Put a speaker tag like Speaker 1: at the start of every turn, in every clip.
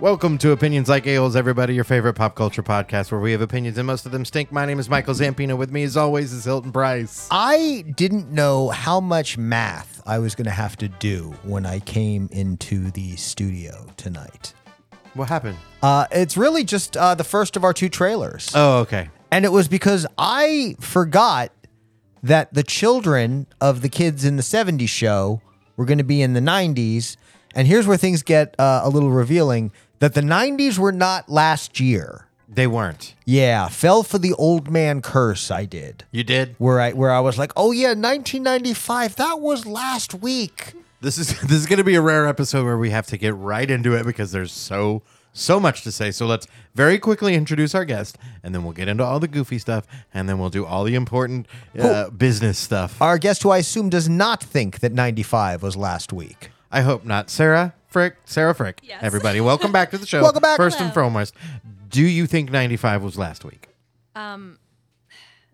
Speaker 1: Welcome to Opinions Like Ales, everybody, your favorite pop culture podcast where we have opinions and most of them stink. My name is Michael Zampino. With me, as always, is Hilton Price.
Speaker 2: I didn't know how much math I was going to have to do when I came into the studio tonight.
Speaker 1: What happened?
Speaker 2: Uh, it's really just uh, the first of our two trailers.
Speaker 1: Oh, okay.
Speaker 2: and it was because I forgot that the children of the kids in the 70s show were going to be in the 90s. And here's where things get uh, a little revealing that the 90s were not last year.
Speaker 1: They weren't.
Speaker 2: Yeah, fell for the old man curse I did.
Speaker 1: You did?
Speaker 2: where I where I was like, "Oh yeah, 1995. That was last week."
Speaker 1: This is this is gonna be a rare episode where we have to get right into it because there's so so much to say. So let's very quickly introduce our guest, and then we'll get into all the goofy stuff, and then we'll do all the important uh, business stuff.
Speaker 2: Our guest, who I assume does not think that 95 was last week.
Speaker 1: I hope not. Sarah Frick, Sarah Frick,
Speaker 3: Yes.
Speaker 1: everybody, welcome back to the show.
Speaker 2: Welcome back.
Speaker 1: First and
Speaker 3: Hello.
Speaker 1: foremost, do you think 95 was last week?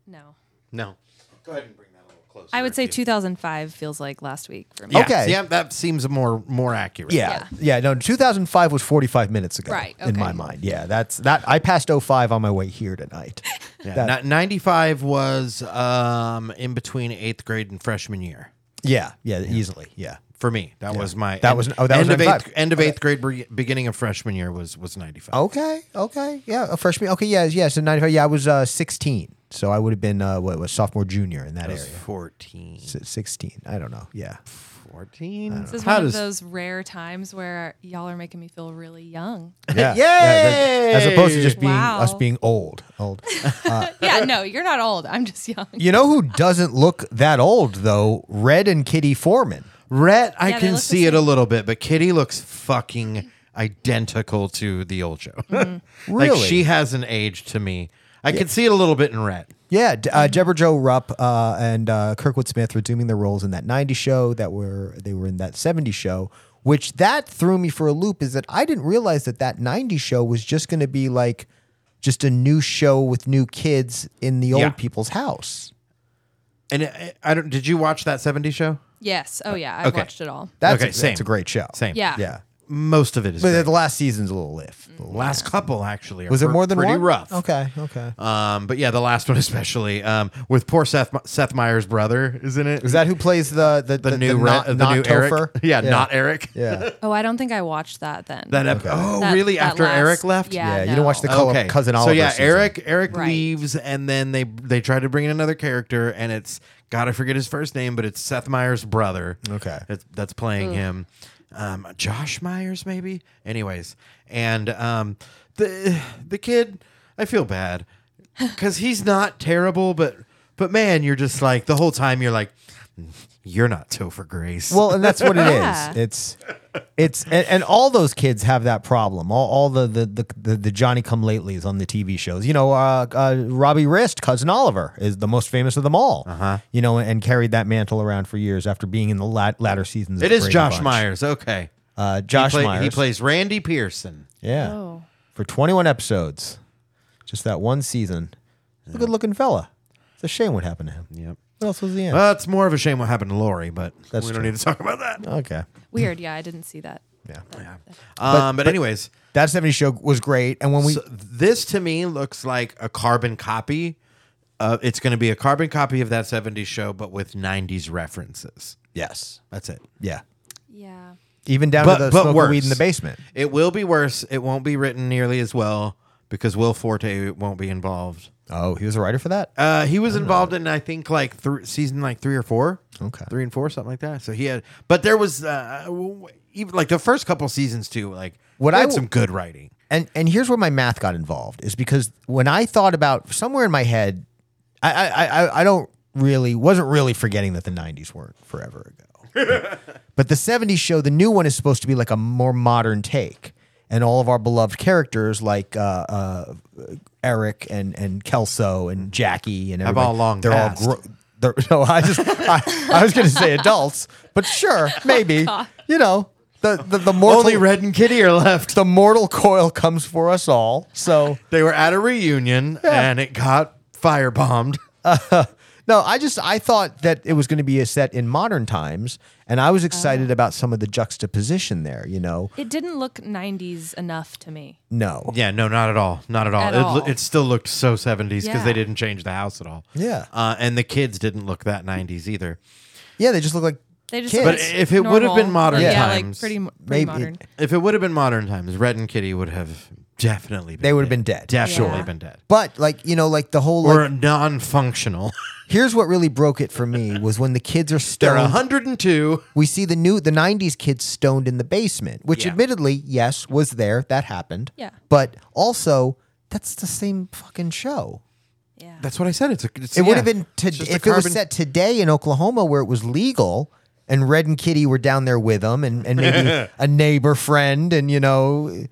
Speaker 3: No.
Speaker 1: No. Go ahead and bring that a little closer.
Speaker 3: I would say
Speaker 1: if you-
Speaker 3: 2005 feels like last week for me.
Speaker 1: Yeah,
Speaker 2: Okay.
Speaker 1: Yeah, that seems more more accurate.
Speaker 2: Yeah. yeah, No, 2005 was 45 minutes ago.
Speaker 3: Right,
Speaker 2: In
Speaker 3: okay.
Speaker 2: my mind. Yeah. That's that. I passed 05 on my way here tonight.
Speaker 1: Yeah.
Speaker 2: That-
Speaker 1: Ni- 95 was um, in between eighth grade and freshman year.
Speaker 2: yeah, yeah. Easily. Yeah.
Speaker 1: For me, that was my
Speaker 2: That was- oh, that was
Speaker 1: end of
Speaker 2: 95.
Speaker 1: eighth, end of eighth grade, be- beginning of freshman year was was ninety five.
Speaker 2: Okay. Okay. Yeah. A freshman. Okay. Yeah. Yeah. So 95. Yeah. I was uh, 16. So I would have been uh, what was sophomore, junior in that
Speaker 1: I
Speaker 2: area.
Speaker 1: was 14.
Speaker 2: S- 16. I don't know. Yeah.
Speaker 1: 14?
Speaker 3: This is
Speaker 1: How
Speaker 3: one
Speaker 1: does
Speaker 3: of those rare times where y'all are making me feel really young.
Speaker 2: Yeah.
Speaker 1: Yay!
Speaker 2: that- as opposed to just being
Speaker 3: Wow.
Speaker 2: us being old. Old.
Speaker 3: yeah, no, you're not old. I'm just young.
Speaker 2: You know who doesn't look that old though? Red and Kitty Foreman.
Speaker 1: Rhett? I
Speaker 3: Yeah, they
Speaker 1: can
Speaker 3: look the
Speaker 1: see it a
Speaker 3: same.
Speaker 1: little bit, but Kitty looks fucking identical to the old show.
Speaker 3: Mm-hmm.
Speaker 1: like
Speaker 2: Really?
Speaker 1: she hasn't aged to me. I can see it a little bit in Rhett.
Speaker 2: Yeah, D- uh, Deborah Jo Rupp uh, and uh, Kirkwood Smith resuming their roles in that '90s show that were they were in that '70s show, which that threw me for a loop. Is that I didn't realize that that '90s show was just going to be like just a new show with new kids in the old
Speaker 1: Yeah.
Speaker 2: people's house.
Speaker 1: And I, I don't. Did you watch that 70 show?
Speaker 3: Yes. Oh, yeah. I've
Speaker 1: Okay.
Speaker 3: watched it all.
Speaker 2: That's
Speaker 1: Okay,
Speaker 2: a,
Speaker 1: same.
Speaker 2: that's a great show.
Speaker 1: Same.
Speaker 3: Yeah.
Speaker 2: yeah.
Speaker 1: Most of it is.
Speaker 2: But
Speaker 1: great.
Speaker 2: the last season's a little liff.
Speaker 1: last couple actually are
Speaker 2: Was it
Speaker 1: pre-
Speaker 2: more than
Speaker 1: Mm. pretty
Speaker 2: one?
Speaker 1: rough.
Speaker 2: Okay, okay.
Speaker 1: Um, but yeah, the last one especially um, with poor Seth Seth Meyers' brother, isn't it?
Speaker 2: Is that who plays the the,
Speaker 1: the, new Ra-
Speaker 2: not,
Speaker 1: the
Speaker 2: not
Speaker 1: new
Speaker 2: Topher?
Speaker 1: Eric? Yeah, not Eric.
Speaker 2: yeah.
Speaker 3: Oh, I don't think I watched that then.
Speaker 1: That ep- oh
Speaker 3: That-
Speaker 1: really?
Speaker 3: that
Speaker 1: After
Speaker 3: last-
Speaker 1: Eric left?
Speaker 3: Yeah.
Speaker 2: Yeah, you
Speaker 3: no.
Speaker 2: don't watch the Col-
Speaker 1: Okay.
Speaker 2: cousin
Speaker 1: So
Speaker 2: Oliver.
Speaker 1: yeah,
Speaker 2: season.
Speaker 1: Eric Eric
Speaker 3: Right.
Speaker 1: leaves, and then they they try to bring in another character, and it's God, I forget his first name, but it's Seth Meyers' brother.
Speaker 2: Okay.
Speaker 1: that's, that's playing him. Um, Josh Myers, maybe. Anyways, and um, the the kid, I feel bad because he's not terrible, but but man, you're just like the whole time you're like, you're not Topher Grace.
Speaker 2: Well, and that's what it
Speaker 3: Yeah.
Speaker 2: is. It's it's and, and all those kids have that problem. All, all the, the the the the Johnny Come Latelys on the TV shows. You know, uh, uh, Robbie Wrist, cousin Oliver, is the most famous of them all. Uh-huh. You know, and, carried that mantle around for years after being in the lat- latter seasons.
Speaker 1: it
Speaker 2: of
Speaker 1: is
Speaker 2: Brady
Speaker 1: Josh
Speaker 2: Bunch.
Speaker 1: Myers. Okay,
Speaker 2: Uh, Josh
Speaker 1: he, play-
Speaker 2: Myers.
Speaker 1: he plays Randy Pearson.
Speaker 2: Yeah,
Speaker 3: Oh.
Speaker 2: for 21 episodes, just that one season. He's a good-looking fella. It's a shame what happened to him.
Speaker 1: Yep.
Speaker 2: What else was he in?
Speaker 1: Well, it's more of a shame what happened to Lori, but
Speaker 2: That's
Speaker 1: we don't
Speaker 2: true.
Speaker 1: need to talk about that.
Speaker 2: okay.
Speaker 3: Weird. Yeah, I didn't see that.
Speaker 2: Yeah.
Speaker 1: Um, but, anyways,
Speaker 2: That 70 show was great. And when we
Speaker 1: so this to me looks like a carbon copy. Uh, it's going to be a carbon copy of that 70s show, but with 90s references.
Speaker 2: Yes.
Speaker 1: That's it.
Speaker 2: Yeah.
Speaker 3: Yeah.
Speaker 2: Even down
Speaker 1: But-
Speaker 2: to the
Speaker 1: but
Speaker 2: smoking
Speaker 1: worse.
Speaker 2: weed in the basement.
Speaker 1: It will be worse. It won't be written nearly as well because Will Forte won't be involved.
Speaker 2: Oh, he was a writer for that?
Speaker 1: Uh, he was involved in I think like thr season like three or four.
Speaker 2: Okay.
Speaker 1: three and four, something like that. So he had, but there was uh, w- even like the first couple seasons too. Like
Speaker 2: What
Speaker 1: they
Speaker 2: I
Speaker 1: had
Speaker 2: w-
Speaker 1: some good writing.
Speaker 2: And and here's where my math got involved is because when I thought about somewhere in my head, I I I, I don't really wasn't really forgetting that the '90s weren't forever ago. but the '70s show, the new one, is supposed to be like a more modern take, and all of our beloved characters like. Uh, uh, Eric and and Kelso and Jackie and everybody,
Speaker 1: all long
Speaker 2: they're
Speaker 1: passed.
Speaker 2: all gro- they're, no I just I, I was going to say adults but sure maybe you know the the, the mortal
Speaker 1: Oh, Only Red and Kitty are left.
Speaker 2: the mortal coil comes for us all. So
Speaker 1: They were at a reunion and it got firebombed.
Speaker 2: No, I just I thought that it was going to be a set in modern times, and I was
Speaker 1: Uh.
Speaker 2: excited about some of the juxtaposition there. You know,
Speaker 3: It didn't look 90s enough to me.
Speaker 2: no,
Speaker 1: Yeah, no, not at all. Not at all.
Speaker 3: At
Speaker 1: it, lo-
Speaker 3: all.
Speaker 1: it still looked so 70s because
Speaker 3: Yeah.
Speaker 1: they didn't change the house at all.
Speaker 2: Yeah.
Speaker 1: Uh, and the kids didn't look that 90s either.
Speaker 2: yeah, they just look like
Speaker 3: They just
Speaker 2: Kids.
Speaker 3: looked
Speaker 2: But
Speaker 1: if it would've
Speaker 3: normal.
Speaker 1: been modern
Speaker 3: yeah,
Speaker 1: times,
Speaker 3: like pretty, mo- pretty
Speaker 2: maybe-
Speaker 3: modern.
Speaker 1: If it would have been modern times, Red and Kitty would have definitely been
Speaker 2: They would have
Speaker 1: dead.
Speaker 2: been dead.
Speaker 1: Definitely
Speaker 3: Sure.
Speaker 1: been dead.
Speaker 2: But like you know, like the whole like,
Speaker 1: Or non functional.
Speaker 2: here's what really broke it for me was when the kids are
Speaker 1: They're
Speaker 2: stoned.
Speaker 1: 102.
Speaker 2: we see the new the 90s kids stoned in the basement which
Speaker 1: Yeah.
Speaker 2: admittedly yes was there that happened
Speaker 3: Yeah.
Speaker 2: but also that's the same fucking show
Speaker 3: Yeah.
Speaker 1: That's what I said. It's a, it's,
Speaker 2: it would
Speaker 1: yeah.
Speaker 2: have been to,
Speaker 1: It's just a
Speaker 2: if it was
Speaker 1: carbon-
Speaker 2: set today in oklahoma where it was legal and red and kitty were down there with them and, and maybe a neighbor friend and you know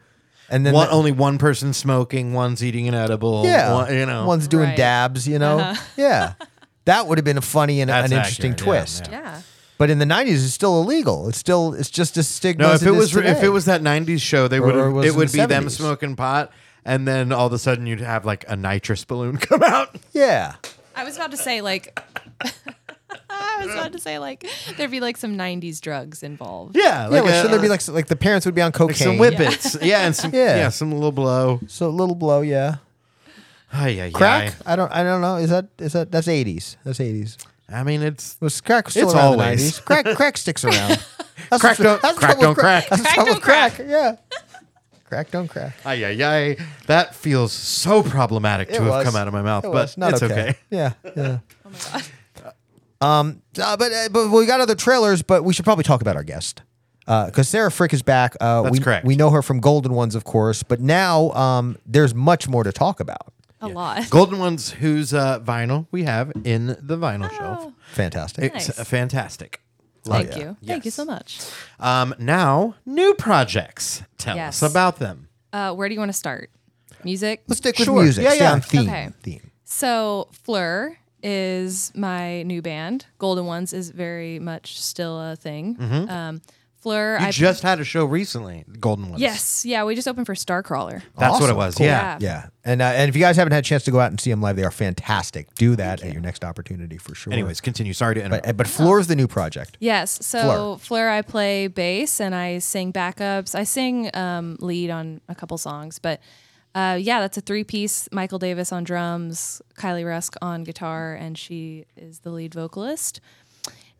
Speaker 2: and then
Speaker 1: One,
Speaker 2: the-
Speaker 1: only one person smoking, one's eating an edible.
Speaker 2: yeah
Speaker 1: one- you know.
Speaker 2: one's doing
Speaker 3: Right.
Speaker 2: dabs you know yeah that would have been a funny and
Speaker 1: That's
Speaker 2: an interesting
Speaker 1: accurate, yeah,
Speaker 2: twist
Speaker 1: yeah.
Speaker 3: yeah.
Speaker 2: but in the 90s it's still illegal it's still it's just as stigma
Speaker 1: No,
Speaker 2: as
Speaker 1: if it
Speaker 2: is
Speaker 1: was if
Speaker 2: today.
Speaker 1: it was that '90s show, they would
Speaker 2: or was
Speaker 1: have it
Speaker 2: in
Speaker 1: would
Speaker 2: the
Speaker 1: be them
Speaker 2: 70s.
Speaker 1: smoking pot, and then all of a sudden you'd have like a nitrous balloon come out.
Speaker 2: Yeah.
Speaker 3: I was about to say like I was about to say like there'd be like some 90s drugs involved.
Speaker 1: Yeah,
Speaker 2: yeah, well,
Speaker 1: a-
Speaker 2: sure, there'd be like like the parents would be on cocaine.
Speaker 1: like some whippets, yeah. and some
Speaker 2: Yeah.
Speaker 1: yeah. some little blow.
Speaker 2: So a little blow, yeah.
Speaker 1: Ay, ay,
Speaker 2: Crack?
Speaker 1: ay.
Speaker 2: I don't I don't know. Is that is that that's 80s. That's 80s.
Speaker 1: I mean, it's
Speaker 2: Was crack still
Speaker 1: It's
Speaker 2: around the
Speaker 1: always.
Speaker 2: 90s? Crack crack sticks around. That's
Speaker 1: Crack
Speaker 2: what's-
Speaker 1: don't-
Speaker 2: that's
Speaker 1: crack
Speaker 2: what's
Speaker 1: don't
Speaker 2: cra-
Speaker 1: crack.
Speaker 2: That's
Speaker 3: Crack
Speaker 2: what's
Speaker 3: don't
Speaker 2: with crack. Yeah. crack don't crack.
Speaker 1: ay, ay, ay. That feels so problematic
Speaker 2: It
Speaker 1: to have
Speaker 2: was.
Speaker 1: come out of my mouth,
Speaker 2: It
Speaker 1: but
Speaker 2: was. Not
Speaker 1: it's okay.
Speaker 2: Yeah. Yeah. Oh my god. Um uh, but uh, but we got other trailers, but we should probably talk about our guest. Because Sarah Frick is back. Uh,
Speaker 1: That's
Speaker 2: we,
Speaker 1: correct.
Speaker 2: We know her from Golden Ones, of course, but now um, there's much more to talk about.
Speaker 3: A lot.
Speaker 1: Golden ones, whose uh, vinyl we have in the vinyl shelf.
Speaker 2: Fantastic.
Speaker 1: It's
Speaker 3: Oh,
Speaker 1: uh,
Speaker 3: Nice.
Speaker 1: fantastic.
Speaker 3: Thank
Speaker 2: yeah.
Speaker 3: you. Thank you
Speaker 1: Yes.
Speaker 3: so much.
Speaker 1: Um, now, new projects. Tell
Speaker 3: Yes.
Speaker 1: us about them.
Speaker 3: Uh, where do you want to start? Music?
Speaker 2: Let's stick with
Speaker 1: Sure.
Speaker 2: music.
Speaker 1: Yeah,
Speaker 2: Stay
Speaker 1: yeah.
Speaker 2: on theme.
Speaker 3: Okay.
Speaker 2: Theme.
Speaker 3: So Fleur is my new band. Golden Ones is very much still a thing. Um, Fleur,
Speaker 1: Mm-hmm. You
Speaker 3: I
Speaker 1: just had a show recently, Golden Ones.
Speaker 3: yes, yeah, we just opened for Starcrawler.
Speaker 1: That's what
Speaker 2: Awesome.
Speaker 1: it was.
Speaker 2: Cool.
Speaker 1: Yeah.
Speaker 2: Yeah. And uh, and if you guys haven't had a chance to go out and see them live, they are fantastic. Do that at your next opportunity for sure.
Speaker 1: Anyways, continue. Sorry to interrupt.
Speaker 2: Uh, but Floor's the new project.
Speaker 3: Yes, so Fleur, I play bass and I sing backups. I sing um, lead on a couple songs, but uh, yeah, that's a three-piece: Michael Davis on drums, Kylie Rusk on guitar, and she is the lead vocalist.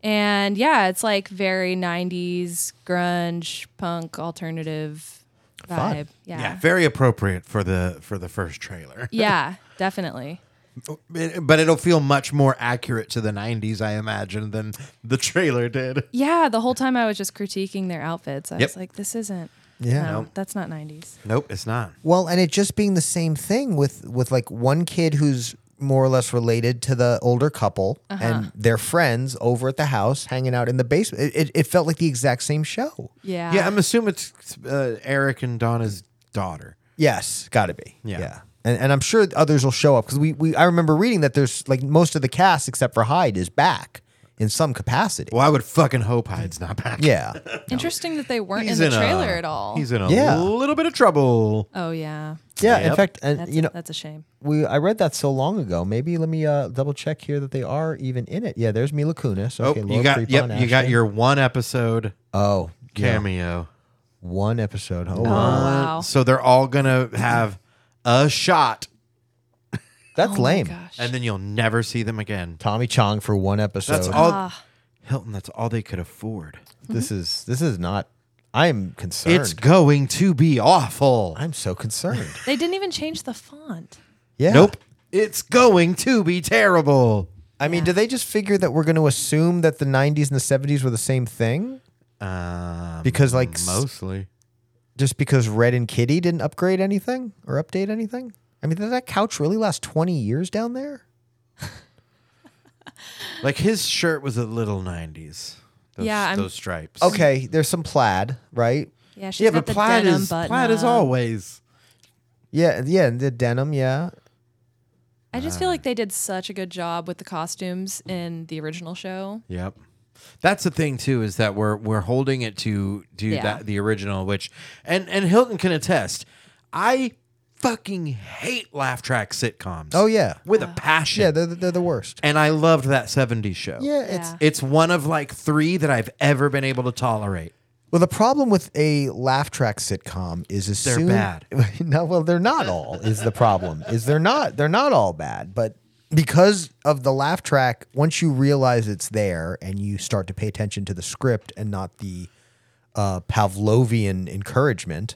Speaker 3: And yeah, it's like very '90s grunge, punk, alternative vibe.
Speaker 2: Fun.
Speaker 3: Yeah,
Speaker 1: yeah, very appropriate for the for the first trailer.
Speaker 3: Yeah,
Speaker 1: It-
Speaker 3: definitely.
Speaker 1: but it'll feel much more accurate to the 90s, I imagine, than the trailer did.
Speaker 3: Yeah, the whole time I was just critiquing their outfits. I was like, this isn't.
Speaker 2: Yeah.
Speaker 3: no, that's not '90s.
Speaker 1: Nope, it's not.
Speaker 2: Well, and it just being the same thing with with like one kid who's more or less related to the older couple and their friends over at the house hanging out in the basement. It, it, it felt like the exact same show.
Speaker 3: Yeah.
Speaker 1: Yeah, I'm assuming it's uh, Eric and Donna's daughter.
Speaker 2: Yes, got to be.
Speaker 1: Yeah.
Speaker 2: And, and I'm sure others will show up because we, we I remember reading that there's like most of the cast except for Hyde is back in some capacity.
Speaker 1: Well, I would fucking hope Hyde's not back.
Speaker 2: Yeah.
Speaker 3: Interesting that they weren't in the
Speaker 1: a-
Speaker 3: trailer at all.
Speaker 1: He's in a
Speaker 2: Yeah.
Speaker 1: little bit of trouble.
Speaker 3: oh yeah,
Speaker 2: Yeah. In
Speaker 1: Yep.
Speaker 2: fact, and
Speaker 3: that's
Speaker 2: you know,
Speaker 3: that's a shame.
Speaker 2: we I read that so long ago. Maybe let me uh, double check here that they are even in it. Yeah, there's Mila Kunis.
Speaker 1: Oh,
Speaker 2: Okay,
Speaker 1: you
Speaker 2: Laura
Speaker 1: got
Speaker 2: Prepon,
Speaker 1: yep, you got
Speaker 2: Ashton.
Speaker 1: your one episode
Speaker 2: oh yeah,
Speaker 1: cameo.
Speaker 2: one episode. Oh,
Speaker 3: Oh
Speaker 2: wow.
Speaker 3: wow,
Speaker 1: So they're all gonna have a shot,
Speaker 2: that's
Speaker 3: Oh, my
Speaker 2: lame.
Speaker 3: gosh.
Speaker 1: and then you'll never see them again.
Speaker 2: Tommy Chong for one episode.
Speaker 1: That's all,
Speaker 3: Ah.
Speaker 1: Hilton. That's all they could afford.
Speaker 2: This is this is not. I am concerned.
Speaker 1: It's going to be awful.
Speaker 2: I'm so concerned.
Speaker 3: they didn't even change the font.
Speaker 2: Yeah.
Speaker 1: Nope, it's going to be terrible.
Speaker 2: I mean, do they just figure that we're going to assume that the 90s and the 70s were the same thing?
Speaker 1: Um,
Speaker 2: Because, like, s-
Speaker 1: mostly,
Speaker 2: Just because Red and Kitty didn't upgrade anything or update anything? I mean, did that couch really last 20 years down there?
Speaker 1: like his shirt was a little '90s. Those,
Speaker 3: Yeah, I'm-
Speaker 1: those stripes.
Speaker 2: Okay, there's some plaid, right?
Speaker 3: Yeah, she's
Speaker 1: Yeah,
Speaker 3: got
Speaker 1: but
Speaker 3: the
Speaker 1: plaid
Speaker 3: denim
Speaker 1: is
Speaker 3: button
Speaker 1: plaid is
Speaker 3: up.
Speaker 1: always.
Speaker 2: Yeah, yeah, and the denim, yeah.
Speaker 3: I just
Speaker 1: Uh.
Speaker 3: feel like they did such a good job with the costumes in the original show.
Speaker 1: Yep. That's the thing too is that we're we're holding it to to
Speaker 3: Yeah.
Speaker 1: that the original which and and Hilton can attest. I fucking hate laugh track sitcoms.
Speaker 2: Oh, yeah.
Speaker 1: With a passion.
Speaker 2: Yeah, they're, they're the worst.
Speaker 1: and I loved that 70s show.
Speaker 2: Yeah, it's
Speaker 3: Yeah.
Speaker 1: It's one of like three that I've ever been able to tolerate.
Speaker 2: well. The problem with a laugh track sitcom is as
Speaker 1: They're
Speaker 2: soon
Speaker 1: bad.
Speaker 2: no, well, they're not all. Is the problem is they're not they're not all bad, but because of the laugh track, once you realize it's there and you start to pay attention to the script and not the uh, Pavlovian encouragement,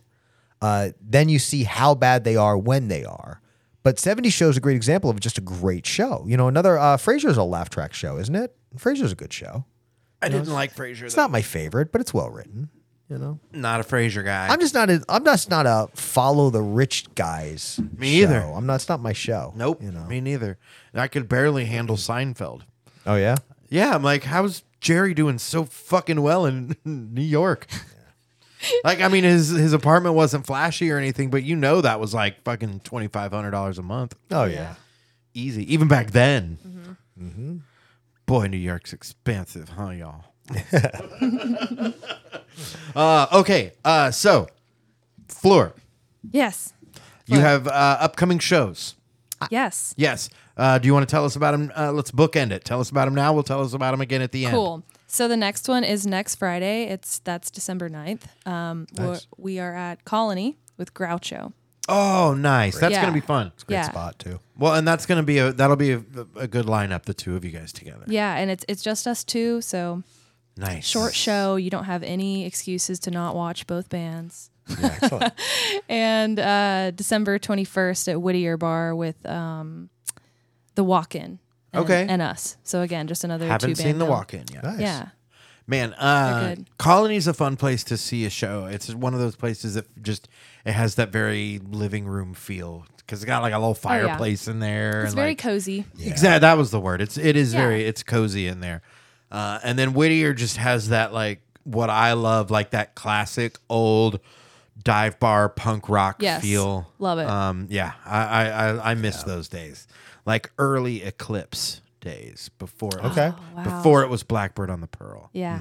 Speaker 2: uh, then you see how bad they are when they are. But 70 Show is a great example of just a great show. You know, another uh, Frasier's a laugh track show, isn't it? Frasier's a good show.
Speaker 1: I didn't like Frasier.
Speaker 2: It's not my favorite, but it's well written. You know,
Speaker 1: not a Frasier guy.
Speaker 2: I'm just not a I'm just not a follow the rich guys.
Speaker 1: Me
Speaker 2: show.
Speaker 1: either.
Speaker 2: I'm not. It's not my show.
Speaker 1: nope.
Speaker 2: You know.
Speaker 1: Me neither. And I could barely handle Seinfeld.
Speaker 2: Oh yeah.
Speaker 1: Yeah, I'm like, how's Jerry doing so fucking well in New York? like, I mean, his his apartment wasn't flashy or anything, but you know that was like fucking twenty five hundred dollars a month,
Speaker 2: Oh yeah.
Speaker 1: easy, even back then.
Speaker 3: Mm-hmm.
Speaker 1: Boy, New York's expensive, huh, y'all? uh, okay, uh, so Floor,
Speaker 3: Yes.
Speaker 1: you have uh, upcoming shows.
Speaker 3: Yes.
Speaker 1: Yes. Uh, do you want to tell us about them? Uh, let's bookend it. Tell us about them now. We'll tell us about them again at the end.
Speaker 3: Cool. So the next one is next Friday. It's that's December 9th. Um, we're- we are at Colony with Groucho.
Speaker 1: Oh, nice. That's
Speaker 3: Yeah.
Speaker 1: gonna be fun.
Speaker 2: Great
Speaker 3: yeah.
Speaker 2: spot too.
Speaker 1: Well, and that's gonna be a that'll be a, a good lineup, the two of you guys together.
Speaker 3: Yeah, and it's it's just us two, so
Speaker 1: Nice.
Speaker 3: short show. You don't have any excuses to not watch both bands. and uh, December 21st at Whittier Bar with um, The Walk In. And,
Speaker 1: Okay.
Speaker 3: And us. So again, just another
Speaker 1: Haven't
Speaker 3: two
Speaker 1: seen the walk in yet.
Speaker 2: Nice.
Speaker 3: Yeah.
Speaker 1: Man, uh
Speaker 3: They're good.
Speaker 1: Colony's a fun place to see a show. It's one of those places that just it has that very living room feel cuz it got like a little
Speaker 3: Oh, yeah.
Speaker 1: fireplace in there
Speaker 3: It's
Speaker 1: and
Speaker 3: very
Speaker 1: like
Speaker 3: cozy.
Speaker 1: Exactly, that was the word. It's it is
Speaker 3: Yeah.
Speaker 1: very it's cozy in there, uh, and then Whittier just has that like what I love, like that classic old dive bar punk rock
Speaker 3: Yes.
Speaker 1: feel.
Speaker 3: Love it.
Speaker 1: Um, yeah, I I I, I miss those days, like early Eclipse days before
Speaker 2: Okay.
Speaker 3: Oh, wow.
Speaker 1: before it was Blackbird on the Pearl.
Speaker 3: Yeah.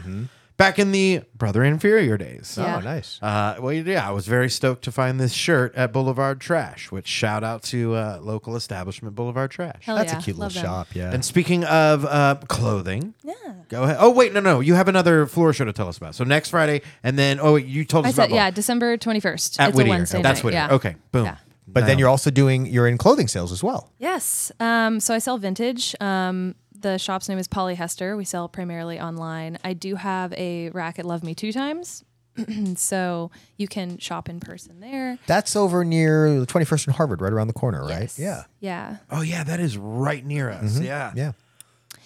Speaker 1: Back in the Brother Inferior days.
Speaker 3: Yeah.
Speaker 2: Oh nice.
Speaker 1: Uh, well, yeah, I was very stoked to find this shirt at Boulevard Trash, which shout out to uh, local establishment Boulevard Trash.
Speaker 3: Hell
Speaker 2: That's
Speaker 3: yeah.
Speaker 2: a cute
Speaker 3: Love
Speaker 2: little
Speaker 3: them.
Speaker 2: shop. Yeah.
Speaker 1: And speaking of uh, clothing,
Speaker 3: Yeah.
Speaker 1: go ahead. Oh wait, no, no, you have another floor show to tell us about. So next Friday, and then oh, wait, you told us
Speaker 3: I
Speaker 1: about
Speaker 3: said,
Speaker 1: both.
Speaker 3: yeah, December 21st.
Speaker 1: at
Speaker 3: it's
Speaker 1: Whittier.
Speaker 3: a Wednesday
Speaker 1: That's
Speaker 3: night.
Speaker 1: Whittier.
Speaker 3: Yeah.
Speaker 1: Okay, boom.
Speaker 3: Yeah.
Speaker 2: but then you're also doing you're in clothing sales as well.
Speaker 3: Yes. Um, so I sell vintage. Um, the shop's name is Polly Hester. We sell primarily online. I do have a rack at Love Me Two Times. so you can shop in person there.
Speaker 2: That's over near the 21st and Harvard, right around the corner, right? Yeah.
Speaker 3: Yeah.
Speaker 1: Oh yeah, that is right near us.
Speaker 3: Mm-hmm.
Speaker 1: Yeah.
Speaker 2: Yeah.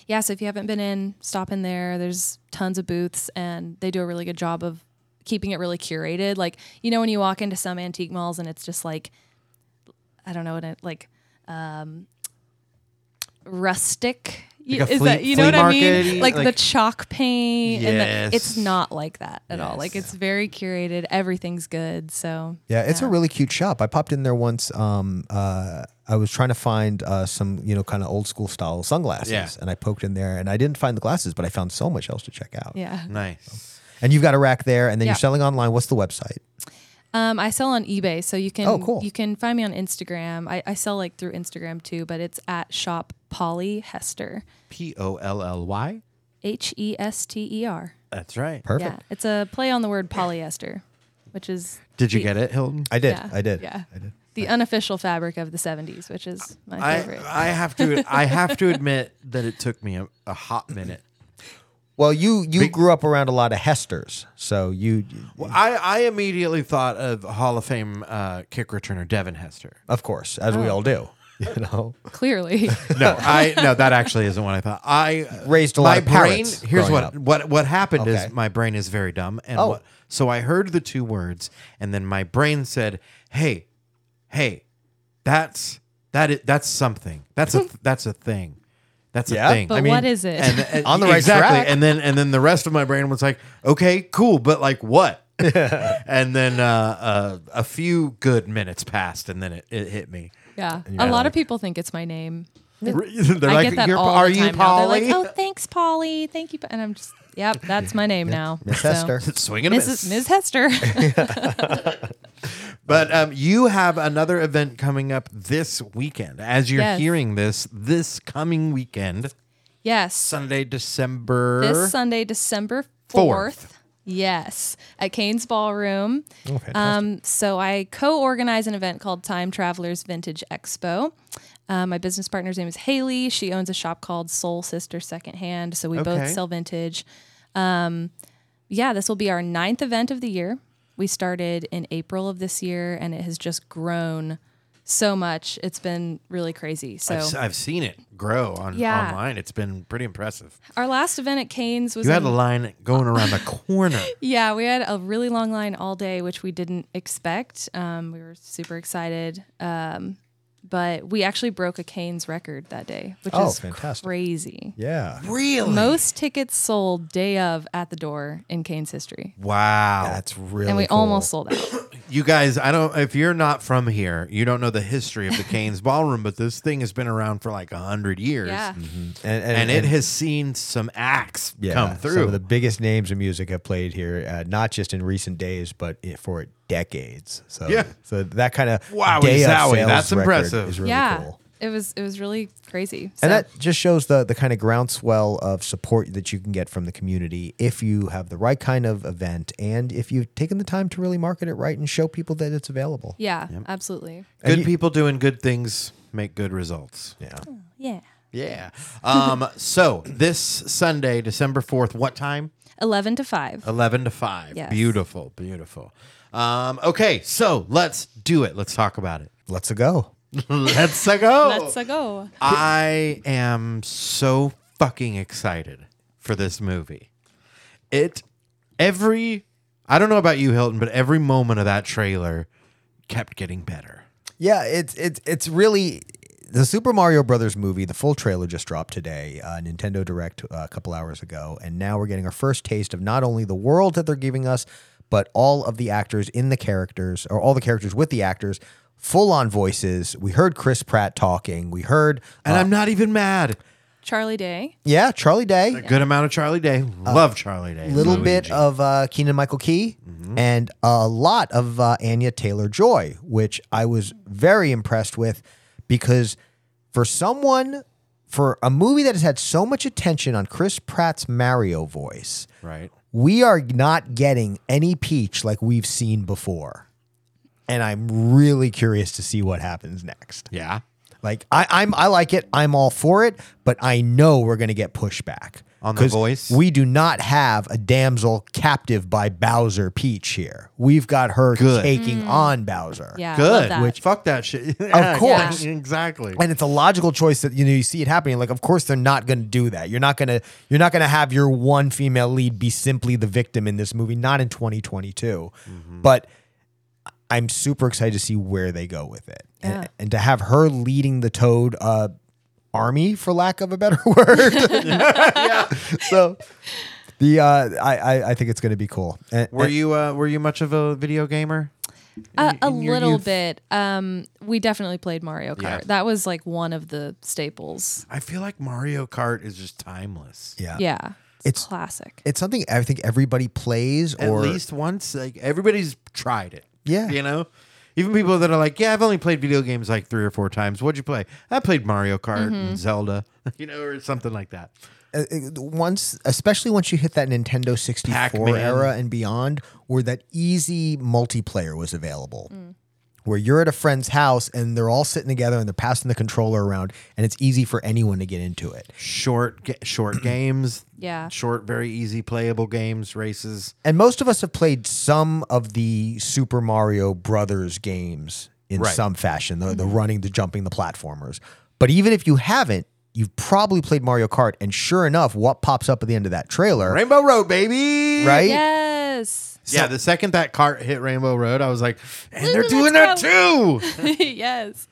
Speaker 3: Yeah. So if you haven't been in, stop in there. There's tons of booths and they do a really good job of keeping it really curated. Like, you know, when you walk into some antique malls and it's just like, I don't know, what it- like um, rustic. You-
Speaker 1: Like a
Speaker 3: is
Speaker 1: flea-
Speaker 3: that you know
Speaker 1: flea
Speaker 3: what I mean?
Speaker 1: market-y,
Speaker 3: Like, the
Speaker 1: like-
Speaker 3: chalk paint, and the,
Speaker 1: Yes.
Speaker 3: it's not like that at all. Like
Speaker 1: Yes.
Speaker 3: it's very curated. Everything's good. So
Speaker 2: Yeah, it's a really cute shop. I popped in there once. Um, uh, I was trying to find uh, some, you know, kind of old school style sunglasses,
Speaker 1: Yeah.
Speaker 2: and I poked in there, and I didn't find the glasses, but I found so much else to check out.
Speaker 3: yeah.
Speaker 1: Nice.
Speaker 2: And you've got a rack there, and then
Speaker 3: Yeah.
Speaker 2: you're selling online. What's the website?
Speaker 3: Um, I sell on eBay, so you can
Speaker 2: Oh, cool.
Speaker 3: you can find me on Instagram. I, I sell like through Instagram too, but it's at shop Polly Hester,
Speaker 1: P O L L Y.
Speaker 3: H E S T E R.
Speaker 1: That's right.
Speaker 2: Perfect.
Speaker 3: Yeah, it's a play on the word polyester, which is
Speaker 1: Did you
Speaker 3: the-
Speaker 1: get it, Hilton?
Speaker 2: I did.
Speaker 3: Yeah,
Speaker 2: I did.
Speaker 3: yeah.
Speaker 2: I did.
Speaker 3: the unofficial fabric of the '70s, which is my
Speaker 1: I,
Speaker 3: favorite.
Speaker 1: I have to I have to admit that it took me a, a hot minute.
Speaker 2: Well, you you grew up around a lot of Hesters, so you,
Speaker 1: Well, I, I immediately thought of Hall of Fame uh, kick returner Devin Hester.
Speaker 2: of course, as
Speaker 3: Oh.
Speaker 2: we all do, you know.
Speaker 3: Clearly,
Speaker 1: No, I no, that actually isn't what I thought. I
Speaker 2: Raised a
Speaker 1: my
Speaker 2: lot of
Speaker 1: brain.
Speaker 2: parrots
Speaker 1: Here's
Speaker 2: growing
Speaker 1: what
Speaker 2: up.
Speaker 1: what what happened
Speaker 2: Okay.
Speaker 1: is my brain is very dumb, and
Speaker 2: Oh.
Speaker 1: what, so I heard the two words, and then my brain said, "Hey, hey, that's that is that's something. That's a that's a thing. That's
Speaker 2: Yeah?
Speaker 1: a thing."
Speaker 3: but
Speaker 2: mean,
Speaker 3: what is it?
Speaker 1: and, and-
Speaker 2: On the right
Speaker 1: exactly.
Speaker 2: track.
Speaker 1: And then and then the rest of my brain was like, okay, cool, but like what? and then uh, uh, a few good minutes passed, and then it, it hit me.
Speaker 3: yeah, a lot of people think it's my name.
Speaker 1: They're
Speaker 3: I
Speaker 1: like,
Speaker 3: get that
Speaker 1: "You're-
Speaker 3: all
Speaker 1: are
Speaker 3: the
Speaker 1: you
Speaker 3: time now. They're like,
Speaker 1: Polly?
Speaker 3: "Oh, thanks, Polly. Thank you," Pa-" and I'm just, yep, that's my name now.
Speaker 2: Miss
Speaker 3: So-
Speaker 2: Hester.
Speaker 1: Swing and a miss.
Speaker 3: Mrs. Ms. Hester.
Speaker 1: But um, you have another event coming up this weekend. As you're
Speaker 3: Yes.
Speaker 1: hearing this, this coming weekend,
Speaker 3: Yes.
Speaker 1: Sunday, December.
Speaker 3: This Sunday, December 4th.
Speaker 1: Fourth.
Speaker 3: Yes. At Kane's Ballroom.
Speaker 2: Oh, fantastic.
Speaker 3: Um, so I co-organize an event called Time Travelers Vintage Expo. Uh, my business partner's name is Haley. She owns a shop called Soul Sister Secondhand. So we both
Speaker 1: Okay.
Speaker 3: sell vintage. Um, yeah, this will be our ninth event of the year. We started in April of this year, and it has just grown so much. It's been really crazy. So
Speaker 1: I've, I've seen it grow on
Speaker 3: Yeah.
Speaker 1: online. It's been pretty impressive.
Speaker 3: our last event at Kane's was
Speaker 1: You had
Speaker 3: in-
Speaker 1: a line going around the corner.
Speaker 3: Yeah, we had a really long line all day, which we didn't expect. Um, we were super excited, um, but we actually broke a Canes record that day, which
Speaker 2: Oh,
Speaker 3: is
Speaker 2: fantastic.
Speaker 3: crazy.
Speaker 2: yeah.
Speaker 1: Really?
Speaker 3: Most tickets sold day of at the door in Canes history,
Speaker 1: wow.
Speaker 2: That's really
Speaker 3: and we
Speaker 2: cool.
Speaker 3: almost sold out.
Speaker 1: you guys, I don't. If you're not from here, you don't know the history of the Canes Ballroom, but this thing has been around for like a hundred years,
Speaker 2: Mm,
Speaker 3: yeah,
Speaker 2: and,
Speaker 1: and it has seen some acts
Speaker 2: yeah,
Speaker 1: come
Speaker 2: Some
Speaker 1: through.
Speaker 2: of the biggest names of music have played here, uh, not just in recent days, but i- for decades. So
Speaker 1: Yeah.
Speaker 2: so that kind of
Speaker 1: Wowie
Speaker 2: day of
Speaker 1: zowie,
Speaker 2: sales
Speaker 1: that's
Speaker 2: record
Speaker 1: impressive.
Speaker 2: Is really
Speaker 3: yeah.
Speaker 2: cool.
Speaker 3: It was it was really crazy. So,
Speaker 2: And that just shows the the kind of groundswell of support that you can get from the community if you have the right kind of event and if you've taken the time to really market it right and show people that it's available.
Speaker 3: yeah, absolutely.
Speaker 1: good
Speaker 2: you-
Speaker 1: people doing good things make good results.
Speaker 2: Yeah.
Speaker 3: Yeah,
Speaker 1: Yeah. Um. so this Sunday, December fourth, what time?
Speaker 3: eleven to five.
Speaker 2: Oh.
Speaker 1: 11 to 5.
Speaker 3: Yes.
Speaker 1: Beautiful, beautiful. Um, okay, so let's do it. Let's talk about it.
Speaker 2: Let's go.
Speaker 1: let's go.
Speaker 3: Let's go.
Speaker 1: I am so fucking excited for this movie. It every I don't know about you Hilton, but every moment of that trailer kept getting better.
Speaker 2: Yeah, it's it's it's really the Super Mario Brothers movie. The full trailer just dropped today, uh, Nintendo Direct uh, a couple hours ago, and now we're getting our first taste of not only the world that they're giving us, but all of the actors in the characters, or all the characters with the actors, full on voices. We heard Chris Pratt talking. We heard,
Speaker 1: And I'm not even mad.
Speaker 3: Charlie Day.
Speaker 2: yeah, Charlie Day.
Speaker 1: A good amount of Charlie Day. Love Charlie Day.
Speaker 2: little
Speaker 1: Luigi.
Speaker 2: bit of uh, Keenan Michael Key and a lot of uh, Anya Taylor Joy, which I was very impressed with because for someone, for a movie that has had so much attention on Chris Pratt's Mario voice,
Speaker 1: right.
Speaker 2: we are not getting any peach like we've seen before. And I'm really curious to see what happens next.
Speaker 1: Yeah.
Speaker 2: Like I, I'm, I like it. I'm all for it. But I know we're gonna get pushback
Speaker 1: On the
Speaker 2: 'Cause
Speaker 1: voice?
Speaker 2: We do not have a damsel captive by Bowser Peach here. We've got her
Speaker 1: Good.
Speaker 2: taking on Bowser.
Speaker 3: Yeah, love
Speaker 1: Good.
Speaker 3: that.
Speaker 1: Which fuck that shit. Yeah,
Speaker 2: course.
Speaker 1: yeah, Exactly.
Speaker 2: And it's a logical choice that you know you see it happening. Like, of course they're not going to do that. You're not going to you're not going to have your one female lead be simply the victim in this movie. Not in 2022,
Speaker 1: Mm-hmm.
Speaker 2: but I'm super excited to see where they go with it,
Speaker 3: Yeah.
Speaker 2: and, and to have her leading the Toad uh, army, for lack of a better word. So the uh, I, I I think it's going to be cool. And-
Speaker 1: Were you uh, were you much of a video gamer?
Speaker 3: Uh, a
Speaker 1: in your
Speaker 3: little
Speaker 1: youth?
Speaker 3: bit. Um, we definitely played Mario Kart.
Speaker 1: Yeah.
Speaker 3: That was like one of the staples.
Speaker 1: I feel like Mario Kart is just timeless.
Speaker 2: yeah.
Speaker 3: Yeah,
Speaker 2: It's-
Speaker 3: it's classic.
Speaker 2: It's something I think everybody plays
Speaker 1: At
Speaker 2: or
Speaker 1: least once, like everybody's tried it.
Speaker 2: Yeah.
Speaker 1: you know, even people that are like, "Yeah, I've only played video games like three or four times." What'd you play? I played Mario Kart
Speaker 3: Mm-hmm.
Speaker 1: and Zelda, you know, or something like that.
Speaker 2: uh, uh, once, especially once you hit that Nintendo 64
Speaker 1: Pac-Man.
Speaker 2: era and beyond, where that easy multiplayer was available. Where you're at a friend's house and they're all sitting together and they're passing the controller around, and it's easy for anyone to get into it.
Speaker 1: Short, ga- short games.
Speaker 3: Yeah.
Speaker 1: short, very easy playable games, races.
Speaker 2: And most of us have played some of the Super Mario Brothers games in
Speaker 1: Right.
Speaker 2: some fashion, the, the running, the jumping, the platformers. But even if you haven't, you've probably played Mario Kart. And sure enough, what pops up at the end of that trailer,
Speaker 1: Rainbow Road, baby.
Speaker 2: right?
Speaker 3: Yes.
Speaker 1: Yeah, the second that cart hit Rainbow Road, I was like, and they're
Speaker 3: Let's
Speaker 1: doing that too.
Speaker 3: yes.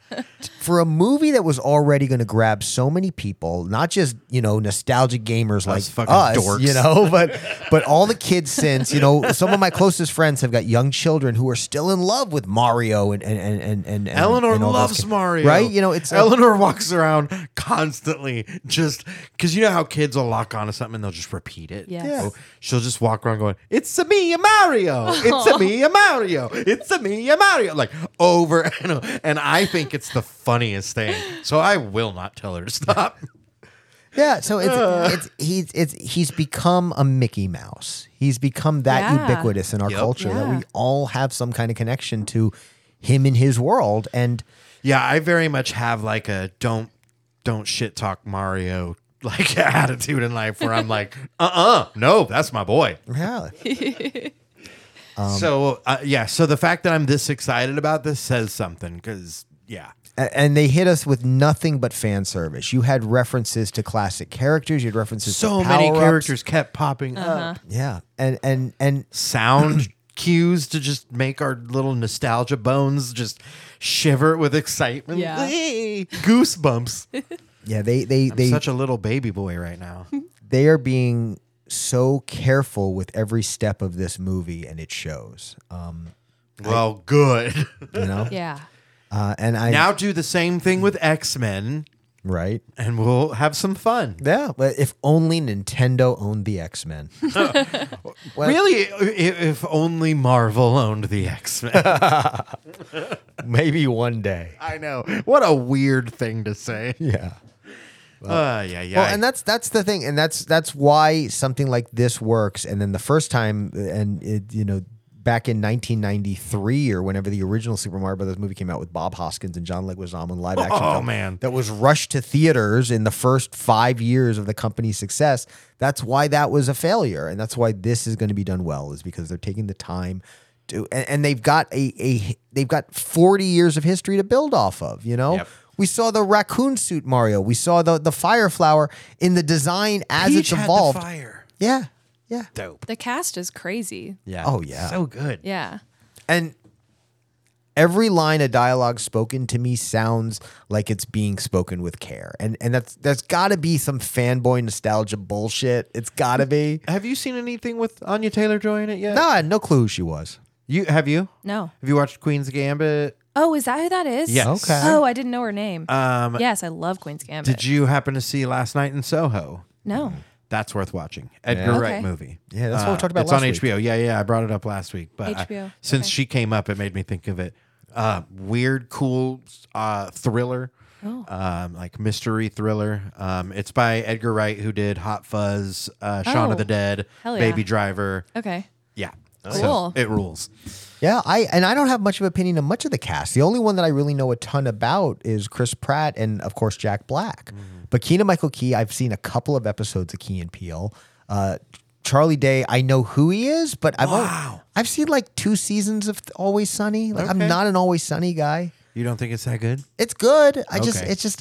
Speaker 2: for a movie that was already going to grab so many people, not just you know nostalgic gamers like
Speaker 1: fucking
Speaker 2: us,
Speaker 1: dorks.
Speaker 2: you know, but but all the kids since you know some of my closest friends have got young children who are still in love with Mario and and and and, and
Speaker 1: Eleanor
Speaker 2: and all those
Speaker 1: loves
Speaker 2: ki-
Speaker 1: Mario.
Speaker 2: right? You know, it's uh, Eleanor.
Speaker 1: Eleanor walks around constantly just because you know how kids will lock onto something and they'll just repeat it.
Speaker 3: Yes. Yeah.
Speaker 1: So she'll just walk around going, It's a me, a Mario. Mario. It's a me, a Mario. It's a me, a Mario. Like over and over. And I think it's the funniest thing. So I will not tell her to stop.
Speaker 2: Yeah, so it's it's he's it's he's become a Mickey Mouse. He's become that
Speaker 3: Yeah.
Speaker 2: ubiquitous in our
Speaker 1: Yep.
Speaker 2: culture that
Speaker 3: Yeah.
Speaker 2: we all have some kind of connection to him and his world. And
Speaker 1: Yeah, I very much have like a don't don't shit talk Mario like attitude in life where I'm like, uh-uh, no, that's my boy.
Speaker 2: yeah,
Speaker 1: so uh, yeah, so the fact that I'm this excited about this says something because yeah,
Speaker 2: A- and they hit us with nothing but fan service. You had references to classic characters. You had references
Speaker 1: so
Speaker 2: to
Speaker 1: many
Speaker 2: power-ups.
Speaker 1: characters kept popping up.
Speaker 2: Yeah, and and and
Speaker 1: Sound cues to just make our little nostalgia bones just shiver with excitement.
Speaker 3: Yeah.
Speaker 1: Goosebumps.
Speaker 2: yeah, they they
Speaker 1: I'm
Speaker 2: they
Speaker 1: such a little baby boy right now.
Speaker 2: they are being so careful with every step of this movie, and it shows. Um,
Speaker 1: well, good.
Speaker 2: you know,
Speaker 3: Yeah.
Speaker 2: uh, and I
Speaker 1: now do the same thing with X-Men
Speaker 2: right.
Speaker 1: and we'll have some fun.
Speaker 2: Yeah, but if only Nintendo owned the X Men.
Speaker 1: really, i- if only Marvel owned the X Men.
Speaker 2: Maybe one day.
Speaker 1: I know. What a weird thing to say.
Speaker 2: Yeah.
Speaker 1: Uh, yeah, yeah.
Speaker 2: Well, and that's that's the thing, and that's that's why something like this works. And then the first time, and it, you know, back in 1993 or whenever the original Super Mario Brothers movie came out with Bob Hoskins and John Leguizamo in live action.
Speaker 1: Oh,
Speaker 2: film
Speaker 1: man.
Speaker 2: that was rushed to theaters in the first five years of the company's success. That's why that was a failure, and that's why this is going to be done well is because they're taking the time. To, and, and they've got a, a they've got 40 years of history to build off of you know
Speaker 1: Yep.
Speaker 2: we saw the raccoon suit Mario. We saw the the fire flower in the design as
Speaker 1: Peach
Speaker 2: it's
Speaker 1: had the
Speaker 2: evolved.
Speaker 1: fire.
Speaker 2: Yeah, yeah,
Speaker 1: Dope.
Speaker 3: The cast is crazy.
Speaker 1: Yeah.
Speaker 2: Oh, yeah.
Speaker 1: So good.
Speaker 3: Yeah.
Speaker 2: and every line of dialogue spoken to me sounds like it's being spoken with care, and and that's that's got to be some fanboy nostalgia bullshit. It's got to be.
Speaker 1: Have you seen anything with Anya Taylor Joy in it yet?
Speaker 2: No, I had no clue who she was.
Speaker 1: You have you?
Speaker 3: No.
Speaker 1: Have you watched Queen's Gambit?
Speaker 3: Oh, is that who that is?
Speaker 1: Yes.
Speaker 2: Okay.
Speaker 3: Oh, I didn't know her name.
Speaker 1: Um,
Speaker 3: yes, I love Queen's Gambit.
Speaker 1: did you happen to see Last Night in Soho?
Speaker 3: No.
Speaker 1: That's worth watching. Edgar
Speaker 2: Yeah.
Speaker 1: Wright
Speaker 3: Okay.
Speaker 1: movie. Uh,
Speaker 2: Yeah, that's what we talked about
Speaker 1: It's
Speaker 2: last
Speaker 1: on
Speaker 2: week.
Speaker 1: HBO. Yeah, yeah, I brought it up last week, but I-
Speaker 3: HBO,
Speaker 1: since
Speaker 3: okay.
Speaker 1: she came up, it made me think of it. Uh, weird, cool uh, thriller,
Speaker 3: Oh.
Speaker 1: um, like mystery thriller. Um, it's by Edgar Wright, who did Hot Fuzz, uh, Shaun
Speaker 3: Oh.
Speaker 1: of the Dead,
Speaker 3: Hell yeah.
Speaker 1: Baby Driver.
Speaker 3: Okay.
Speaker 1: Yeah,
Speaker 3: Cool.
Speaker 1: it rules.
Speaker 2: Yeah, I and I don't have much of an opinion of much of the cast. The only one that I really know a ton about is Chris Pratt and of course Jack Black.
Speaker 1: Mm-hmm.
Speaker 2: But Keenan Michael Key, I've seen a couple of episodes of Key and Peele. Uh, Charlie Day, I know who he is, but I've only-
Speaker 1: Wow.
Speaker 2: I've seen like two seasons of Always Sunny. Like,
Speaker 1: Okay.
Speaker 2: I'm not an Always Sunny guy.
Speaker 1: You don't think it's that good?
Speaker 2: It's good. I just
Speaker 1: Okay.
Speaker 2: it's just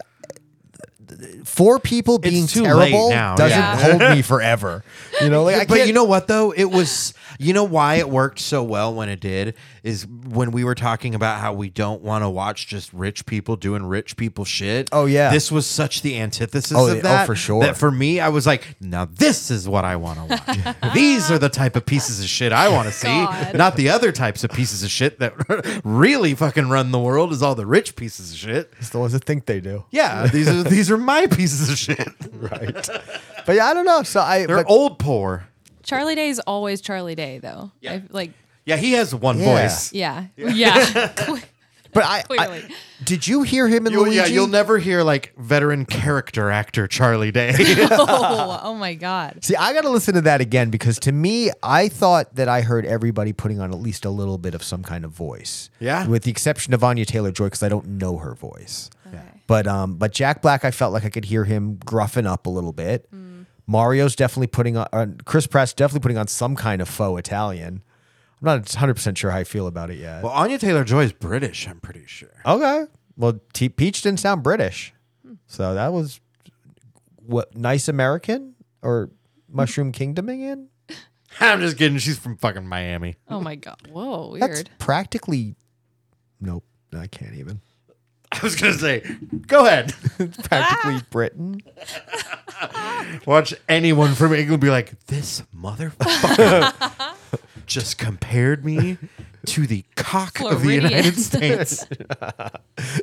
Speaker 2: four people being
Speaker 1: too late
Speaker 2: terrible
Speaker 1: now,
Speaker 2: doesn't
Speaker 1: yeah.
Speaker 2: hold me forever. You know, like I
Speaker 1: but
Speaker 2: can't.
Speaker 1: you know what though? It was you know why it worked so well when it did is when we were talking about how we don't want to watch just rich people doing rich people shit.
Speaker 2: Oh, yeah.
Speaker 1: This was such the antithesis
Speaker 2: Oh,
Speaker 1: of
Speaker 2: oh,
Speaker 1: that.
Speaker 2: for sure.
Speaker 1: That for me I was like, now this is what I want to watch. These are the type of pieces of shit I want to see.
Speaker 3: God.
Speaker 1: Not the other types of pieces of shit that really fucking run the world is all the rich pieces of shit.
Speaker 2: it's the ones that think they do,
Speaker 1: Yeah, these are these are my pieces of shit.
Speaker 2: right? but yeah, I don't know. So I
Speaker 1: They're
Speaker 2: but,
Speaker 1: old poor.
Speaker 3: Charlie Day is always Charlie Day, though.
Speaker 1: Yeah.
Speaker 3: I- like,
Speaker 1: Yeah, he has one
Speaker 2: Yeah.
Speaker 1: voice.
Speaker 3: yeah. Yeah.
Speaker 2: But I,
Speaker 3: Clearly.
Speaker 2: I- did you hear him in
Speaker 1: You-
Speaker 2: Luigi?
Speaker 1: yeah, you'll never hear like veteran character actor Charlie Day.
Speaker 3: oh, oh, my God.
Speaker 2: See, I got to listen to that again because to me, I thought that I heard everybody putting on at least a little bit of some kind of voice.
Speaker 1: Yeah.
Speaker 2: with the exception of Anya Taylor Joy because I don't know her voice.
Speaker 3: Okay.
Speaker 2: But um, but Jack Black, I felt like I could hear him gruffing up a little bit.
Speaker 3: Mm.
Speaker 2: Mario's definitely putting on. Uh, Chris Pratt's definitely putting on some kind of faux Italian. I'm not 100 percent sure how I feel about it yet.
Speaker 1: well, Anya Taylor Joy is British, I'm pretty sure.
Speaker 2: Okay. Well, T- Peach didn't sound British, so that was what nice American or Mushroom Kingdoming in.
Speaker 1: I'm just kidding. She's from fucking Miami.
Speaker 3: Oh, my God. Whoa, weird.
Speaker 2: That's practically. Nope, I can't even.
Speaker 1: I was gonna say, go ahead,
Speaker 2: It's
Speaker 3: Ah!
Speaker 2: practically Britain.
Speaker 1: watch anyone from England be like, this motherfucker just compared me to the cock of the
Speaker 3: Floridian.
Speaker 1: United States.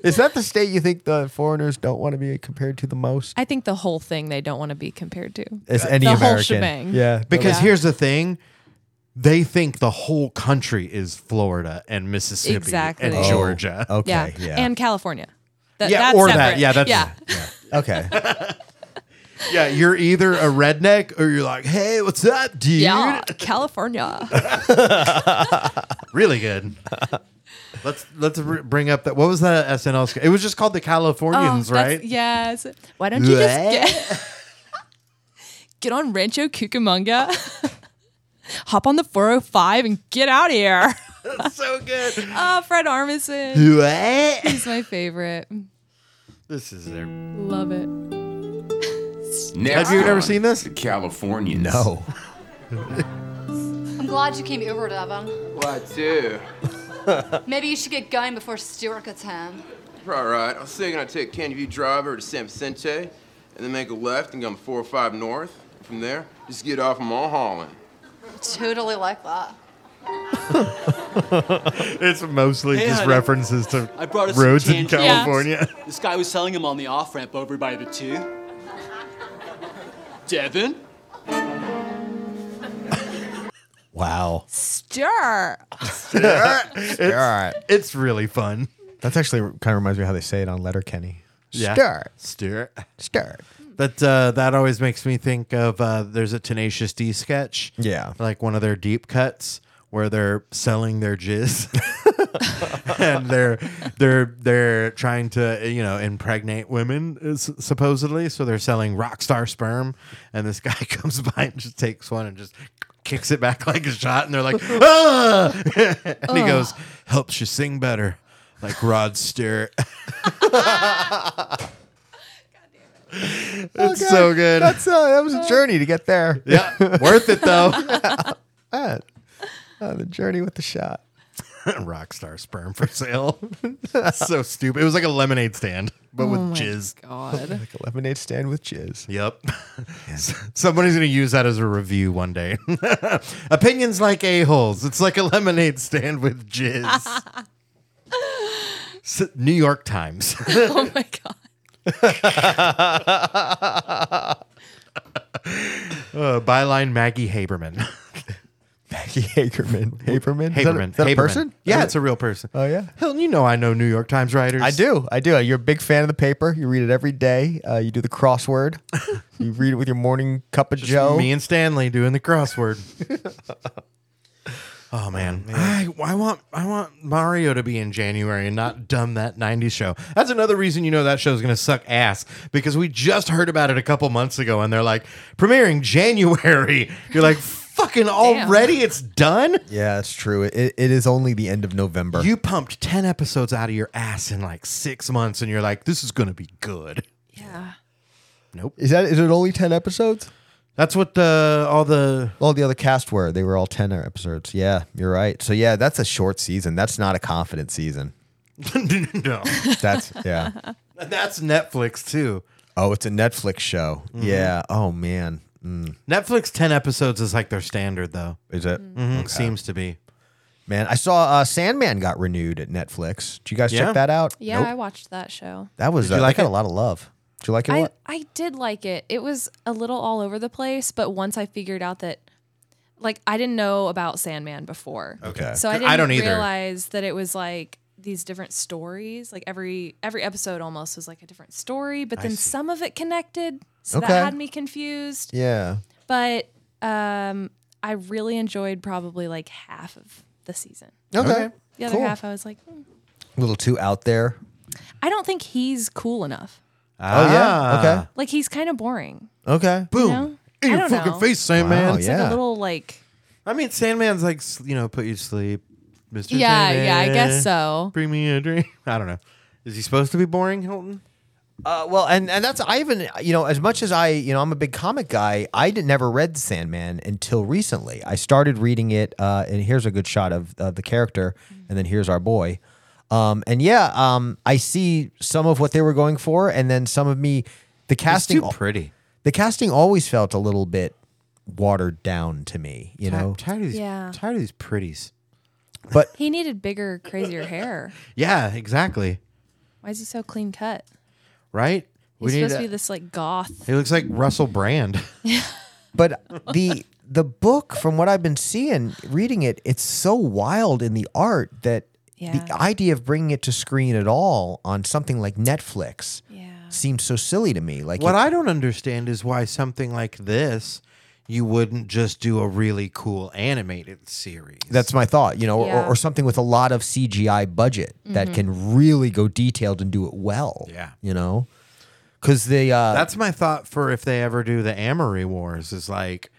Speaker 2: Is that the state you think the foreigners don't want to be compared to the most?
Speaker 3: I think the whole thing they don't want to be compared to.
Speaker 2: As any
Speaker 3: The whole
Speaker 2: American,
Speaker 3: shebang.
Speaker 2: yeah,
Speaker 1: Because
Speaker 3: Yeah.
Speaker 1: here's the thing they think the whole country is Florida and Mississippi
Speaker 3: Exactly.
Speaker 1: and
Speaker 3: Oh,
Speaker 1: Georgia.
Speaker 2: Okay.
Speaker 3: yeah.
Speaker 2: Yeah.
Speaker 3: and California. Th-
Speaker 1: Yeah,
Speaker 3: that's
Speaker 1: or
Speaker 3: separate.
Speaker 1: that. Yeah, that's
Speaker 3: yeah.
Speaker 2: okay.
Speaker 1: yeah. You're either a redneck or you're like, hey, what's up, dude?
Speaker 3: Yeah, Oh, California.
Speaker 1: Really good. let's let's r bring up that. What was that SNL? skit? It was just called the Californians,
Speaker 3: Oh, that's-
Speaker 1: right?
Speaker 3: Yes. Why don't you just get, get on Rancho Cucamonga, hop on the 405, and get out of here?
Speaker 1: That's so good.
Speaker 3: Oh, Fred Armisen.
Speaker 1: this
Speaker 3: He's my favorite.
Speaker 1: is their.
Speaker 3: Love it.
Speaker 1: Have you ever seen this?
Speaker 4: Californians.
Speaker 2: No.
Speaker 5: I'm glad you came over, Devon.
Speaker 4: What do?
Speaker 5: Maybe you should get going before Stuart gets home.
Speaker 4: All right, I'm still gonna take Candyview Drive over to San Vicente, and then make a left and come 405 north. From there, just get off on Mulholland.
Speaker 5: Totally like that.
Speaker 1: It's mostly
Speaker 6: Hey,
Speaker 1: just
Speaker 6: honey.
Speaker 1: references to
Speaker 6: I brought us some
Speaker 1: roads in
Speaker 6: change. Yeah.
Speaker 1: California.
Speaker 6: This guy was selling him on the off ramp over by the two. Devin?
Speaker 2: Wow.
Speaker 3: Stir.
Speaker 2: All right.
Speaker 1: It's really fun.
Speaker 2: That's actually kind of reminds me how they say it on Letterkenny.
Speaker 1: Yeah.
Speaker 2: Stir.
Speaker 1: Stir.
Speaker 2: Stir.
Speaker 1: That uh, that always makes me think of uh, there's a Tenacious D sketch.
Speaker 2: Yeah.
Speaker 1: like one of their deep cuts where they're selling their jizz and they're they're they're trying to you know impregnate women uh, s- supposedly. So they're selling rock star sperm, and this guy comes by and just takes one and just kicks it back like a shot, and they're like, ah! and he goes, helps you sing better, like Rod Stewart. It's so good.
Speaker 2: That's uh, that was a journey to get there.
Speaker 1: yeah, worth it though.
Speaker 2: Uh, the journey with the shot.
Speaker 1: Rockstar sperm for sale. so stupid. It was like a lemonade stand, but with jizz.
Speaker 3: God.
Speaker 2: Like a lemonade stand with jizz.
Speaker 1: Yep. Somebody's going to use that as a review one day. Opinions like a-holes. It's like a lemonade stand with jizz. S- New York Times.
Speaker 3: Oh my God.
Speaker 1: Uh, byline Maggie Haberman.
Speaker 2: Maggie Hagerman. Haberman. Is that a-
Speaker 1: Haberman.
Speaker 2: Is that a
Speaker 1: Haberman.
Speaker 2: person?
Speaker 1: Yeah,
Speaker 2: Is
Speaker 1: it's a real person.
Speaker 2: Oh, yeah?
Speaker 1: Hilton, you know I know New York Times writers.
Speaker 2: I do. I do. You're a big fan of the paper. You read it every day. Uh, you do the crossword. you read it with your morning cup of joe.
Speaker 1: Me and Stanley doing the crossword. oh man, I, I want I want Mario to be in January and not dumb that '90s show. That's another reason you know that show is going to suck ass because we just heard about it a couple months ago and they're like premiering January. You're like fucking already it's done.
Speaker 2: yeah, that's true. It, it, it is only the end of November.
Speaker 1: You pumped ten episodes out of your ass in like six months and you're like this is going to be good.
Speaker 3: Yeah.
Speaker 1: Nope.
Speaker 2: is that is it only ten episodes?
Speaker 1: That's what uh, all the
Speaker 2: All the other cast were. They were all ten episodes. Yeah, you're right. So yeah, that's a short season. That's not a confident season.
Speaker 1: no.
Speaker 2: That's yeah.
Speaker 1: That's Netflix too.
Speaker 2: Oh, it's a Netflix show. Yeah. Oh man. Mm.
Speaker 1: Netflix 10 episodes is like their standard, though.
Speaker 2: Is it?
Speaker 1: Seems to be.
Speaker 2: Man, I saw uh, Sandman got renewed at Netflix. Did you guys
Speaker 1: Yeah?
Speaker 2: check that out?
Speaker 3: Yeah,
Speaker 2: Nope.
Speaker 3: I watched that show.
Speaker 2: that was
Speaker 1: Did you
Speaker 2: uh,
Speaker 1: like
Speaker 2: that got
Speaker 1: it?
Speaker 2: a lot of love. Did you like it? a
Speaker 3: I,
Speaker 2: lot?
Speaker 3: I did like it. It was a little all over the place, but once I figured out that, like, I didn't know about Sandman before.
Speaker 2: Okay.
Speaker 3: So I
Speaker 1: I
Speaker 3: didn't
Speaker 1: don't either.
Speaker 3: realize that it was like these different stories. Like every every episode almost was like a different story, but then some of it connected. So
Speaker 2: Okay.
Speaker 3: that had me confused.
Speaker 2: Yeah.
Speaker 3: But um I really enjoyed probably like half of the season.
Speaker 2: Okay.
Speaker 3: The other half I was like, hmm.
Speaker 2: A little too out there.
Speaker 3: I don't think he's cool enough.
Speaker 1: Ah.
Speaker 2: Oh yeah.
Speaker 3: Like he's kind of boring.
Speaker 2: Okay. Okay.
Speaker 1: Boom.
Speaker 3: know?
Speaker 1: In
Speaker 3: I
Speaker 1: your
Speaker 3: don't
Speaker 1: fucking
Speaker 3: know.
Speaker 1: face, Sandman.
Speaker 2: Wow,
Speaker 3: It's
Speaker 2: Yeah.
Speaker 3: like a little like
Speaker 1: I mean, Sandman's like, s- you know, put you to sleep. Mr.
Speaker 3: Yeah,
Speaker 1: Sandman,
Speaker 3: yeah, I guess so.
Speaker 1: Bring me a drink. I don't know. Is he supposed to be boring, Hilton?
Speaker 2: Uh, well, and and that's I even you know as much as I you know I'm a big comic guy. I did never read Sandman until recently. I started reading it, uh, and here's a good shot of, of the character, and then here's our boy. Um, and yeah, um, I see some of what they were going for, and then some of me. The casting,
Speaker 1: pretty.
Speaker 2: the casting always felt a little bit watered down to me, you
Speaker 1: I'm
Speaker 2: know.
Speaker 1: tired of these,
Speaker 3: Yeah.
Speaker 1: tired of these pretties.
Speaker 2: But
Speaker 3: he needed bigger, crazier hair.
Speaker 1: Yeah, exactly.
Speaker 3: Why is he so clean cut?
Speaker 1: Right?
Speaker 3: He's supposed to
Speaker 1: a-
Speaker 3: be this like goth.
Speaker 1: He looks like Russell Brand.
Speaker 2: but the the book, from what I've been seeing, reading it, it's so wild in the art that
Speaker 3: Yeah.
Speaker 2: the idea of bringing it to screen at all on something like Netflix
Speaker 3: Yeah.
Speaker 2: seems so silly to me. Like,
Speaker 1: What
Speaker 2: it-
Speaker 1: I don't understand is why something like this, you wouldn't just do a really cool animated series.
Speaker 2: that's my thought, you know, or-
Speaker 3: Yeah. Mm-hmm.
Speaker 2: or, or something with a lot of CGI budget that can really go detailed and do it well.
Speaker 1: Yeah.
Speaker 2: you know, because the uh,
Speaker 1: that's my thought for if they ever do the Amory Wars is like,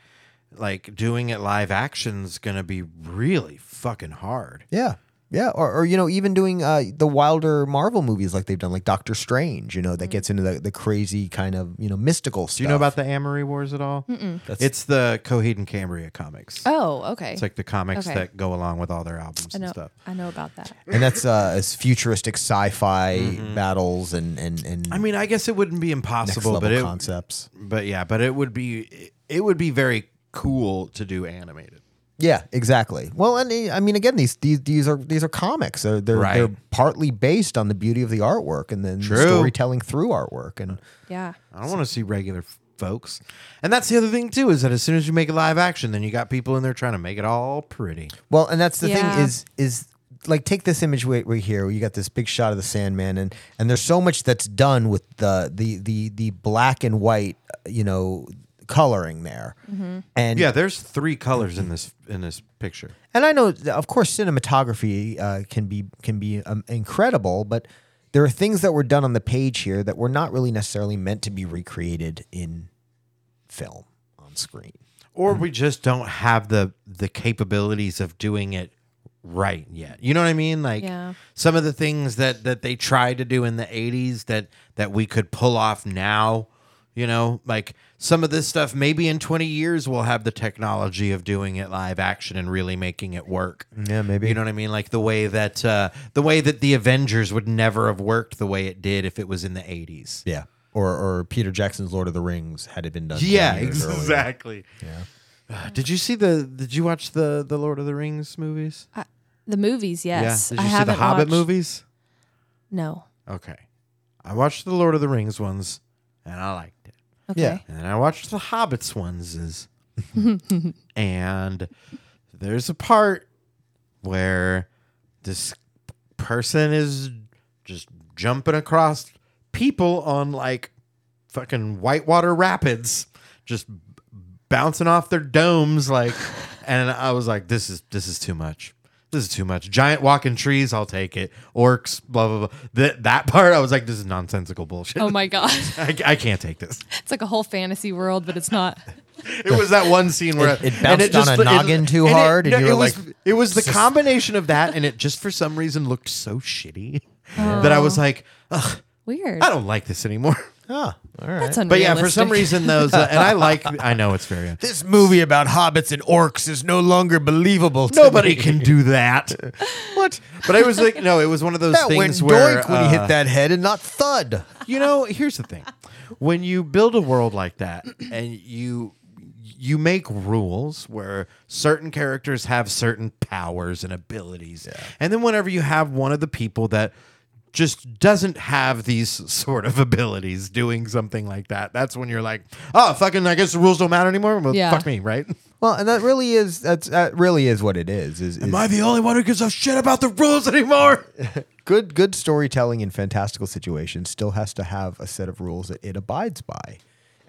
Speaker 1: like doing it live action's gonna be really fucking hard.
Speaker 2: Yeah. Yeah. Or, or you know, even doing uh, the wilder Marvel movies like they've done, like Doctor Strange, you know, that gets into the, the crazy kind of, you know, mystical stuff.
Speaker 1: Do you know about the Amory Wars at all? Mm-mm. It's the Coheed and Cambria comics.
Speaker 3: Oh, okay.
Speaker 1: It's like the comics
Speaker 3: Okay.
Speaker 1: that go along with all their albums
Speaker 3: I
Speaker 1: and
Speaker 3: know.
Speaker 1: stuff.
Speaker 3: I know about that.
Speaker 2: And that's uh, it's futuristic sci fi
Speaker 1: Mm-hmm.
Speaker 2: battles and, and, and
Speaker 1: I mean, I guess it wouldn't be
Speaker 2: next
Speaker 1: impossible,
Speaker 2: level
Speaker 1: but it,
Speaker 2: concepts.
Speaker 1: but yeah, but it would be it would be very cool to do animated.
Speaker 2: Yeah, exactly. Well, and uh, I mean, again, these these, these are these are comics. They're they're,
Speaker 1: Right.
Speaker 2: they're partly based on the beauty of the artwork and then the
Speaker 1: True.
Speaker 2: storytelling through artwork. And
Speaker 3: Yeah.
Speaker 1: I don't want to see regular f- folks. And that's the other thing too is that as soon as you make a live action, then you got people in there trying to make it all pretty.
Speaker 2: Well, and that's the
Speaker 3: Yeah.
Speaker 2: thing is is like take this image we, we here. where You got this big shot of the Sandman, and and there's so much that's done with the the the the black and white, uh, you know, coloring there. And
Speaker 1: Yeah, there's three colors in this in this picture.
Speaker 2: and I know, that, of course, cinematography uh, can be can be um, incredible, but there are things that were done on the page here that were not really necessarily meant to be recreated in film on screen.
Speaker 1: Or we just don't have the the capabilities of doing it right yet. You know what I mean? Like
Speaker 3: Yeah.
Speaker 1: some of the things that that they tried to do in the 80s that that we could pull off now, you know, like some of this stuff maybe in 20 years we'll have the technology of doing it live action and really making it work.
Speaker 2: Yeah, maybe.
Speaker 1: You know what I mean? Like the way that uh, the way that the Avengers would never have worked the way it did if it was in the eighties.
Speaker 2: Yeah. Or, or Peter Jackson's Lord of the Rings had it been done. 20
Speaker 1: Yeah,
Speaker 2: years earlier.
Speaker 1: exactly. Yeah. Did you see the? Did you watch the the Lord of the Rings movies?
Speaker 3: The movies, yes.
Speaker 1: yeah. Did
Speaker 3: I
Speaker 1: you see the
Speaker 3: haven't
Speaker 1: Hobbit
Speaker 3: watched-
Speaker 1: movies?
Speaker 3: No.
Speaker 1: Okay, I watched the Lord of the Rings ones, and I liked it.
Speaker 3: Okay.
Speaker 2: Yeah.
Speaker 1: And then I watched the Hobbits ones, is- and there's a part where this person is just jumping across people on like fucking whitewater rapids, just b- bouncing off their domes, like. And I was like, this is this is too much. This is too much. Giant walking trees, I'll take it. Orcs, blah blah blah. That that part, I was like, this is nonsensical bullshit.
Speaker 3: Oh my god.
Speaker 1: I, I can't take this.
Speaker 3: It's like a whole fantasy world, but it's not.
Speaker 1: It was that one scene where
Speaker 2: It- it bounced on a noggin too hard and
Speaker 1: no,
Speaker 2: you were
Speaker 1: was,
Speaker 2: like,
Speaker 1: it was the
Speaker 2: "Sis."
Speaker 1: combination of that, and it just for some reason looked so shitty that I was like, Ugh,
Speaker 3: Weird.
Speaker 1: I don't like this anymore.
Speaker 2: Ah, all right.
Speaker 3: That's
Speaker 1: But
Speaker 3: unrealistic.
Speaker 1: yeah, for some reason those, uh, and I like, I know it's very.
Speaker 2: This movie about hobbits and orcs is no longer believable. To
Speaker 1: Nobody
Speaker 2: me.
Speaker 1: can do that. what? But I was like, no, it was one of those
Speaker 2: That went
Speaker 1: things where
Speaker 2: doink when he
Speaker 1: uh,
Speaker 2: hit that head and not thud.
Speaker 1: you know here's the thing when you build a world like that and you you make rules where certain characters have certain powers and abilities and then whenever you have one of the people that just doesn't have these sort of abilities doing something like that that's when you're like oh fucking i guess the rules don't matter anymore well
Speaker 3: Yeah.
Speaker 1: fuck me right
Speaker 2: Well, and that really is that's that really is what it is. Is, is
Speaker 1: am i the only one who gives a shit about the rules anymore
Speaker 2: good good storytelling in fantastical situations still has to have a set of rules that it abides by.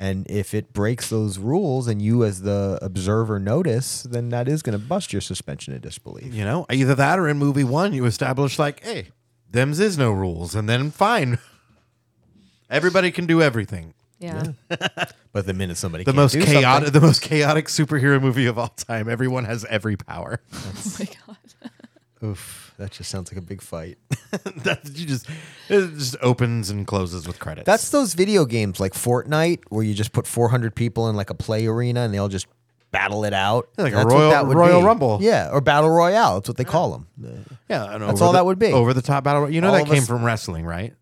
Speaker 2: And if it breaks those rules and you as the observer notice, then that is going to bust your suspension of disbelief.
Speaker 1: you know either that or in movie one you establish like hey them's is no rules and then fine everybody can do everything
Speaker 3: Yeah.
Speaker 2: But the minute somebody
Speaker 1: the
Speaker 2: can't
Speaker 1: most
Speaker 2: do
Speaker 1: chaotic
Speaker 2: something-
Speaker 1: the most chaotic superhero movie of all time everyone has every power
Speaker 3: Oh my god.
Speaker 2: oof, that just sounds like a big fight.
Speaker 1: that you just it just opens and closes with credits
Speaker 2: That's those video games like Fortnite, where you just put 400 people in like a play arena and they all just battle it out.
Speaker 1: Yeah, like a
Speaker 2: That's what
Speaker 1: Royal-
Speaker 2: that would
Speaker 1: Royal
Speaker 2: be.
Speaker 1: Rumble.
Speaker 2: Yeah, or Battle Royale. That's what they call them.
Speaker 1: yeah I know,
Speaker 2: that's
Speaker 1: over
Speaker 2: all
Speaker 1: the-
Speaker 2: that would be.
Speaker 1: over the top battle you know
Speaker 2: All
Speaker 1: that
Speaker 2: of
Speaker 1: came
Speaker 2: us-
Speaker 1: from wrestling right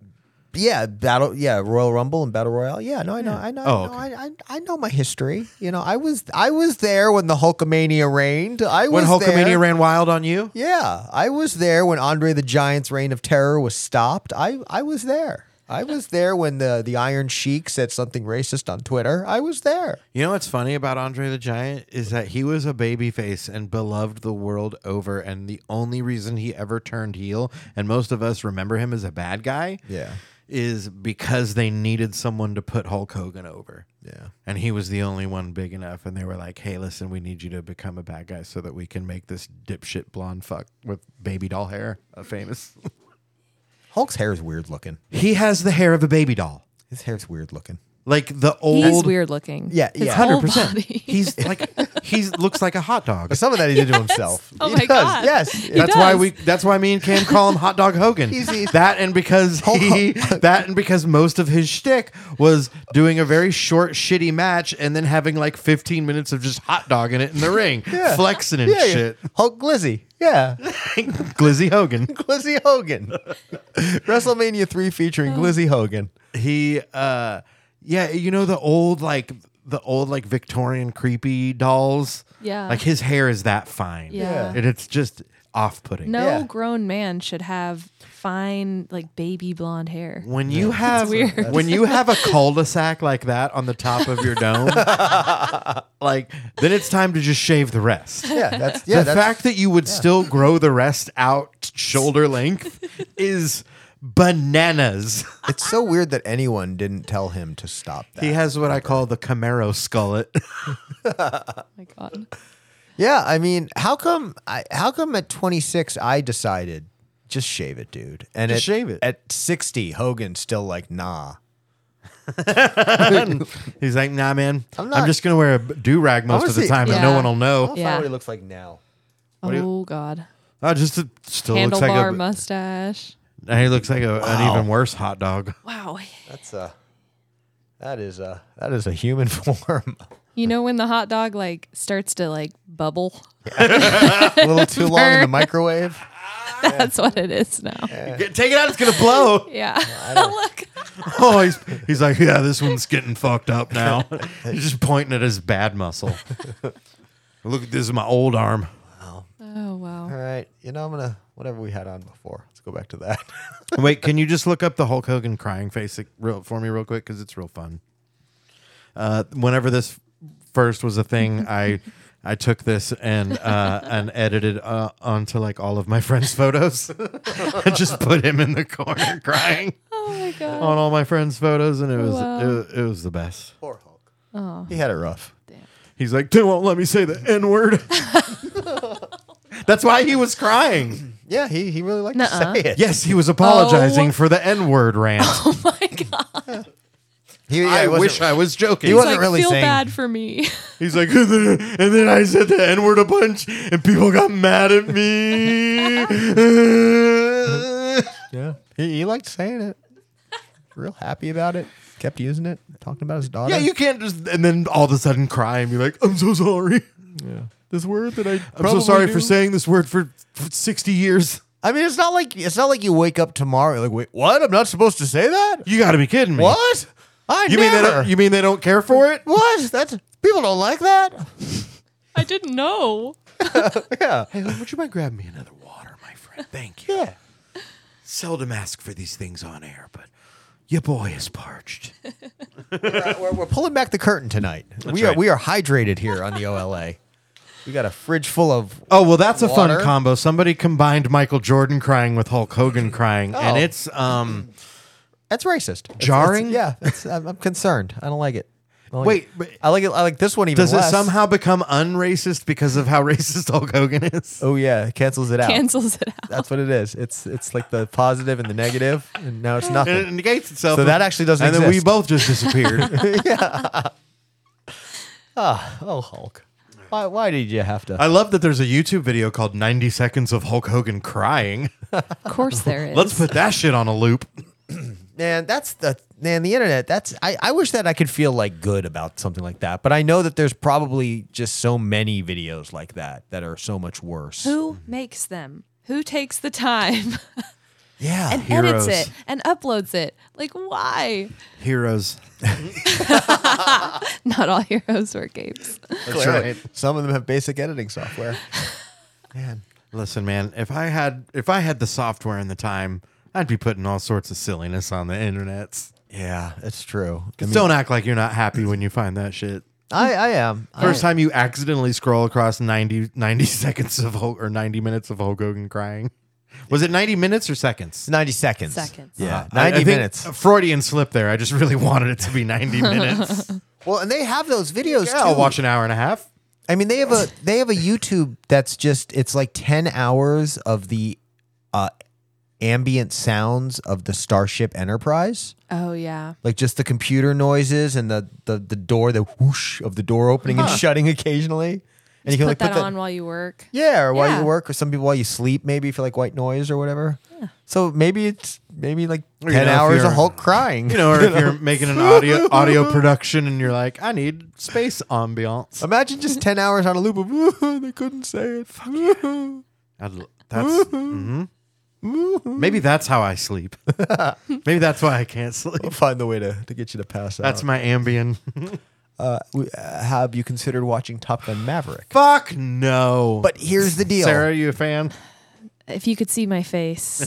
Speaker 2: Yeah, battle. Yeah, Royal Rumble and Battle Royale. Yeah, no, I know, I know,
Speaker 1: Oh,
Speaker 2: no,
Speaker 1: okay.
Speaker 2: I, I, I know my history. You know, I was, I was there when the Hulkamania reigned. I
Speaker 1: when
Speaker 2: was
Speaker 1: Hulkamania
Speaker 2: there.
Speaker 1: ran wild on you
Speaker 2: Yeah, I was there when Andre the Giant's reign of terror was stopped. I, I was there. I was there when the, the Iron Sheik said something racist on Twitter. I was there.
Speaker 1: You know what's funny about Andre the Giant is that he was a babyface and beloved the world over, and the only reason he ever turned heel, and most of us remember him as a bad guy,
Speaker 2: Yeah.
Speaker 1: is because they needed someone to put Hulk Hogan over.
Speaker 2: Yeah.
Speaker 1: And he was the only one big enough, and they were like, "Hey, listen, we need you to become a bad guy so that we can make this dipshit blonde fuck with baby doll hair a famous."
Speaker 2: Hulk's hair is weird looking.
Speaker 1: he has the hair of a baby doll,
Speaker 2: His hair's weird looking.
Speaker 1: like the old.
Speaker 3: He's weird looking.
Speaker 2: Yeah,
Speaker 3: His
Speaker 2: yeah.
Speaker 3: whole
Speaker 1: 100%.
Speaker 3: body.
Speaker 1: He's like he looks like a hot dog.
Speaker 2: But some of that he did to himself.
Speaker 3: Oh
Speaker 2: he
Speaker 3: my
Speaker 2: does.
Speaker 3: God.
Speaker 2: Yes.
Speaker 3: He
Speaker 1: That's why
Speaker 3: does.
Speaker 1: we. That's why me and Cam call him Hot Dog Hogan. that and because he. That and because most of his shtick was doing a very short, shitty match, and then having like 15 minutes of just hot dogging it in the ring, flexing and
Speaker 2: Yeah, yeah.
Speaker 1: shit.
Speaker 2: Hulk Glizzy. Yeah.
Speaker 1: Glizzy Hogan.
Speaker 2: Glizzy Hogan. WrestleMania 3 featuring
Speaker 3: Oh.
Speaker 2: Glizzy Hogan.
Speaker 1: He. uh Yeah, you know the old like the old like Victorian creepy dolls.
Speaker 3: Yeah.
Speaker 1: Like his hair is that fine.
Speaker 3: Yeah.
Speaker 1: And it's just off-putting.
Speaker 3: no
Speaker 2: Yeah.
Speaker 3: grown man should have fine, like baby blonde hair. Oh
Speaker 1: When you have
Speaker 3: weird.
Speaker 1: when you have a cul-de-sac like that on the top of your dome, like then it's time to just shave the rest.
Speaker 2: Yeah, that's yeah,
Speaker 1: the
Speaker 2: that's
Speaker 1: fact that you would still grow the rest out shoulder length is bananas.
Speaker 2: it's so weird that anyone didn't tell him to stop that.
Speaker 1: He has what I call the Camaro skullet.
Speaker 3: Oh my God.
Speaker 2: Yeah, I mean, how come I how come at 26 I decided just shave it, dude. And
Speaker 1: Just
Speaker 2: at,
Speaker 1: shave it.
Speaker 2: At 60, Hogan's still like, "Nah."
Speaker 1: He's like, nah, man. I'm,
Speaker 2: not-
Speaker 1: just gonna wear a do rag most of the
Speaker 2: Honestly,
Speaker 1: time, and
Speaker 3: Yeah.
Speaker 1: no one will know.
Speaker 2: I'll find
Speaker 3: Yeah.
Speaker 2: what he looks like now.
Speaker 3: Oh
Speaker 1: do you-
Speaker 3: God.
Speaker 1: Oh, just it still looks like
Speaker 3: Handlebar
Speaker 1: a.
Speaker 3: mustache.
Speaker 1: he looks like a, an
Speaker 2: Wow.
Speaker 1: even worse hot dog.
Speaker 3: Wow.
Speaker 2: That's a that is a that is a human form.
Speaker 3: You know when the hot dog like starts to like bubble?
Speaker 2: a little too long in the
Speaker 3: Burn.
Speaker 2: microwave.
Speaker 3: That's what it is now.
Speaker 1: Get- Take it out; it's gonna blow.
Speaker 3: Yeah. Look.
Speaker 1: oh, he's he's like, yeah, this one's getting fucked up now. he's just pointing at his bad muscle. Look at this is my old arm.
Speaker 3: Oh
Speaker 2: All
Speaker 3: wow.
Speaker 2: right, you know I'm gonna whatever we had on before. Let's go back to that.
Speaker 1: Wait, can you just look up the Hulk Hogan crying face like, real, for me real quick because it's real fun. Uh, whenever this first was a thing, I I took this and uh, and edited uh, onto like all of my friends' photos. I just put him in the corner crying
Speaker 3: Oh my God.
Speaker 1: on all my friends' photos, and it was
Speaker 3: Wow.
Speaker 1: it, it was the best.
Speaker 2: Poor Hulk. Oh. He had it rough.
Speaker 1: He's like, they won't let me say the N word. That's why he was crying.
Speaker 2: Yeah, he he really liked
Speaker 3: Nuh-uh.
Speaker 2: to say it.
Speaker 1: Yes, he was apologizing
Speaker 3: Oh.
Speaker 1: for the N word rant.
Speaker 3: Oh my God.
Speaker 2: He, yeah,
Speaker 1: I
Speaker 2: he wasn't-
Speaker 1: wish I was joking.
Speaker 2: He wasn't
Speaker 3: Like,
Speaker 2: really
Speaker 3: feel
Speaker 2: saying.
Speaker 3: bad for me.
Speaker 1: He's like, and then, and then I said the N word a bunch, and people got mad at me.
Speaker 2: Yeah, he, he liked saying it. Real happy about it. Kept using it. Talking about his daughter.
Speaker 1: yeah, you can't just, and then all of a sudden cry and be like, I'm so sorry.
Speaker 2: this word that I.
Speaker 1: I'm
Speaker 2: I'm
Speaker 1: so sorry for saying this word for, for 60 years.
Speaker 2: I mean, it's not like it's not like you wake up tomorrow. You're like, wait, what? I'm not supposed to say that.
Speaker 1: You got to be kidding me.
Speaker 2: What? I
Speaker 1: You mean, they
Speaker 2: never.
Speaker 1: don't, you mean they don't care for it?
Speaker 2: what? That's people don't like that.
Speaker 3: I didn't know.
Speaker 1: Hey, would you mind grabbing me another water, my friend? Thank you.
Speaker 2: Yeah.
Speaker 1: seldom ask for these things on air, but your boy is parched.
Speaker 2: We're, we're pulling back the curtain tonight. we
Speaker 1: right.
Speaker 2: are we are hydrated here on the OLA. We got a fridge full of.
Speaker 1: Oh well, that's a
Speaker 2: Water?
Speaker 1: fun combo. Somebody combined Michael Jordan crying with Hulk Hogan crying, and
Speaker 2: Oh.
Speaker 1: it's um.
Speaker 2: That's racist. It's-
Speaker 1: Jarring?
Speaker 2: It's, yeah, it's, I'm, I'm concerned. I don't like it. I don't like
Speaker 1: Wait,
Speaker 2: it.
Speaker 1: but
Speaker 2: I like it. I like this one even
Speaker 1: does it
Speaker 2: less.
Speaker 1: somehow become unracist because of how racist Hulk Hogan is?
Speaker 2: Oh yeah, it cancels it out.
Speaker 3: Cancels it out.
Speaker 2: That's what it is. It's it's like the positive and the negative, and now it's
Speaker 1: And it
Speaker 2: nothing.
Speaker 1: negates itself.
Speaker 2: So that actually doesn't
Speaker 1: And then we
Speaker 2: exist.
Speaker 1: both just disappeared.
Speaker 2: Oh Hulk, why why did you have to?
Speaker 1: I love that there's a YouTube video called 90 Seconds of Hulk Hogan Crying.
Speaker 3: Of course there is.
Speaker 1: Let's put that shit on a loop.
Speaker 2: man, that's the man. The internet. That's I, I wish that I could feel like good about something like that, but I know that there's probably just so many videos like that that are so much worse.
Speaker 3: Who makes them? Who takes the time
Speaker 2: Yeah,
Speaker 3: and
Speaker 1: Heroes.
Speaker 3: edits it and uploads it? Like why?
Speaker 1: Heroes.
Speaker 3: Not all heroes were capes.
Speaker 2: that's
Speaker 1: right.
Speaker 2: Some of them have basic editing software. man,
Speaker 1: Listen, man, if I had if I had the software and the time, I'd be putting all sorts of silliness on the internets.
Speaker 2: Yeah, it's true. I,
Speaker 1: Just
Speaker 2: mean,
Speaker 1: don't act like you're not happy when you find that shit.
Speaker 2: I, I am. I-
Speaker 1: First time you accidentally scroll across 90, 90 seconds of Hulk, or 90 minutes of Hulk Hogan crying. Was it 90 minutes or seconds?
Speaker 2: it's 90 seconds.
Speaker 3: Seconds.
Speaker 2: Yeah,
Speaker 1: Uh, I-
Speaker 2: 90
Speaker 1: I think
Speaker 2: minutes.
Speaker 1: a Freudian slip there. I just really wanted it to be 90 minutes.
Speaker 2: Well, and they have those videos
Speaker 1: yeah, I'll
Speaker 2: too.
Speaker 1: watch an hour and a half.
Speaker 2: I mean, they have a they have a YouTube that's just it's like 10 hours of the uh ambient sounds of the Starship Enterprise.
Speaker 3: Oh yeah.
Speaker 2: like just the computer noises and the the, the door the whoosh of the door opening and shutting occasionally and you
Speaker 3: Put
Speaker 2: can like
Speaker 3: that on while you work.
Speaker 2: yeah or while
Speaker 3: Yeah.
Speaker 2: you work or some people while you sleep maybe if you like white noise or whatever so maybe it's maybe like
Speaker 1: Or, you
Speaker 2: 10
Speaker 1: know, if
Speaker 2: hours of
Speaker 1: you're-
Speaker 2: hulk crying
Speaker 1: You know, or if you're making an audio audio production and you're like, I need space ambiance.
Speaker 2: imagine just 10 hours on a loop of they couldn't say it
Speaker 1: I'd l- that's mhm. maybe that's how I sleep. maybe that's why I can't sleep.
Speaker 2: We'll find the way to, to get you to pass out
Speaker 1: That's my ambient.
Speaker 2: We- uh, have you considered watching top gun maverick
Speaker 1: Fuck no.
Speaker 2: but here's the deal
Speaker 1: Sarah, you a fan?
Speaker 3: If you could see my face.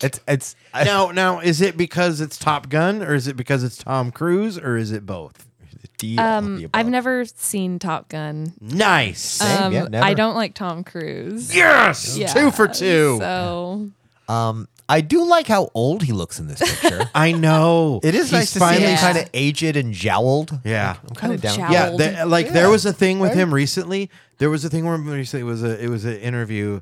Speaker 2: it's it's I-
Speaker 1: Now, now, is it because it's Top Gun, or is it because it's Tom Cruise, or is it both?
Speaker 2: D-
Speaker 3: Um,
Speaker 2: above.
Speaker 3: I've never seen Top Gun.
Speaker 1: Nice.
Speaker 2: Same,
Speaker 3: Um,
Speaker 2: yeah,
Speaker 3: I
Speaker 2: never.
Speaker 3: don't like Tom Cruise.
Speaker 1: yes,
Speaker 3: Yeah,
Speaker 1: two for two.
Speaker 3: So
Speaker 2: Um, I do like how old he looks in this picture.
Speaker 1: I know
Speaker 2: it is
Speaker 1: He's
Speaker 2: nice to
Speaker 1: finally-
Speaker 2: see him
Speaker 3: Yeah.
Speaker 2: kind of aged and jowled.
Speaker 1: Yeah.
Speaker 2: Like, I'm kind
Speaker 3: Oh,
Speaker 2: of down.
Speaker 3: jowl.
Speaker 1: Yeah,
Speaker 3: Old.
Speaker 1: there- like there was a thing with him recently. There was a thing where recently it was a it was an interview,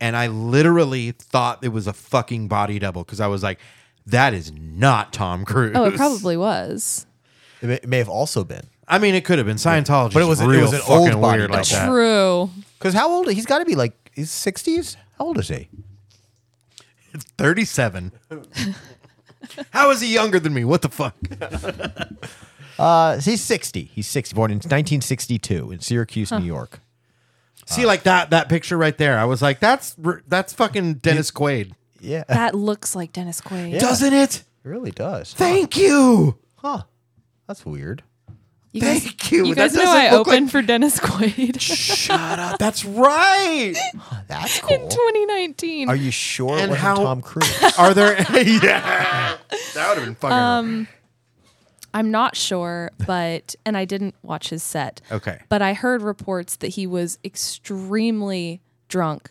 Speaker 1: and I literally thought it was a fucking body double because I was like, that is not Tom Cruise.
Speaker 3: Oh, it probably was.
Speaker 2: It may, it may have also been
Speaker 1: I mean, it could have been Scientology,
Speaker 2: But it was- it
Speaker 1: real
Speaker 2: was an old
Speaker 1: fucking
Speaker 2: body
Speaker 1: weird like
Speaker 2: double.
Speaker 1: that.
Speaker 3: True.
Speaker 2: because how old? He's got to be like he's sixties. How old is he?
Speaker 1: It's Thirty-seven. How is he younger than me? What the fuck?
Speaker 2: Uh, he's sixty. He's sixty, born in 1962 in Syracuse, New York.
Speaker 1: See, like that that picture right there. I was like, that's r- that's fucking Dennis Quaid,
Speaker 2: Yeah, it
Speaker 3: That looks like Dennis Quaid.
Speaker 1: doesn't it?
Speaker 2: really does.
Speaker 1: Thank you,
Speaker 2: Huh? That's weird.
Speaker 3: You guys,
Speaker 1: thank you.
Speaker 3: you
Speaker 1: That
Speaker 3: guys know
Speaker 1: doesn't
Speaker 3: I
Speaker 1: look like-
Speaker 3: opened for Dennis Quaid
Speaker 1: Shut up. That's right.
Speaker 2: That's
Speaker 3: in
Speaker 2: cool.
Speaker 3: 2019.
Speaker 2: Are you sure it
Speaker 1: And
Speaker 2: wasn't
Speaker 1: how-
Speaker 2: Tom Cruise?
Speaker 1: Are there? yeah, that would have been fucking.
Speaker 3: I'm not sure, but and I didn't watch his set.
Speaker 1: Okay.
Speaker 3: But I heard reports that he was extremely drunk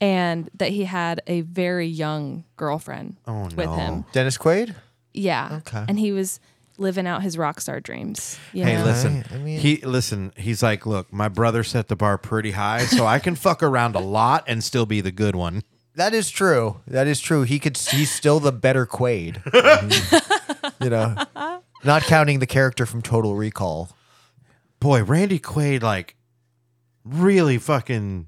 Speaker 3: and that he had a very young girlfriend
Speaker 1: Oh,
Speaker 3: with him.
Speaker 2: Dennis Quaid?
Speaker 3: Yeah. Okay. And he was living out his rock star dreams. You
Speaker 1: hey,
Speaker 3: know?
Speaker 1: listen.
Speaker 2: I mean-
Speaker 1: he listen. He's like, look, my brother set the bar pretty high, so I can fuck around a lot and still be the good one.
Speaker 2: That is true. That is true. He could. He's still the better Quaid. Mhm. you know, not counting the character from Total Recall.
Speaker 1: Boy, Randy Quaid like really fucking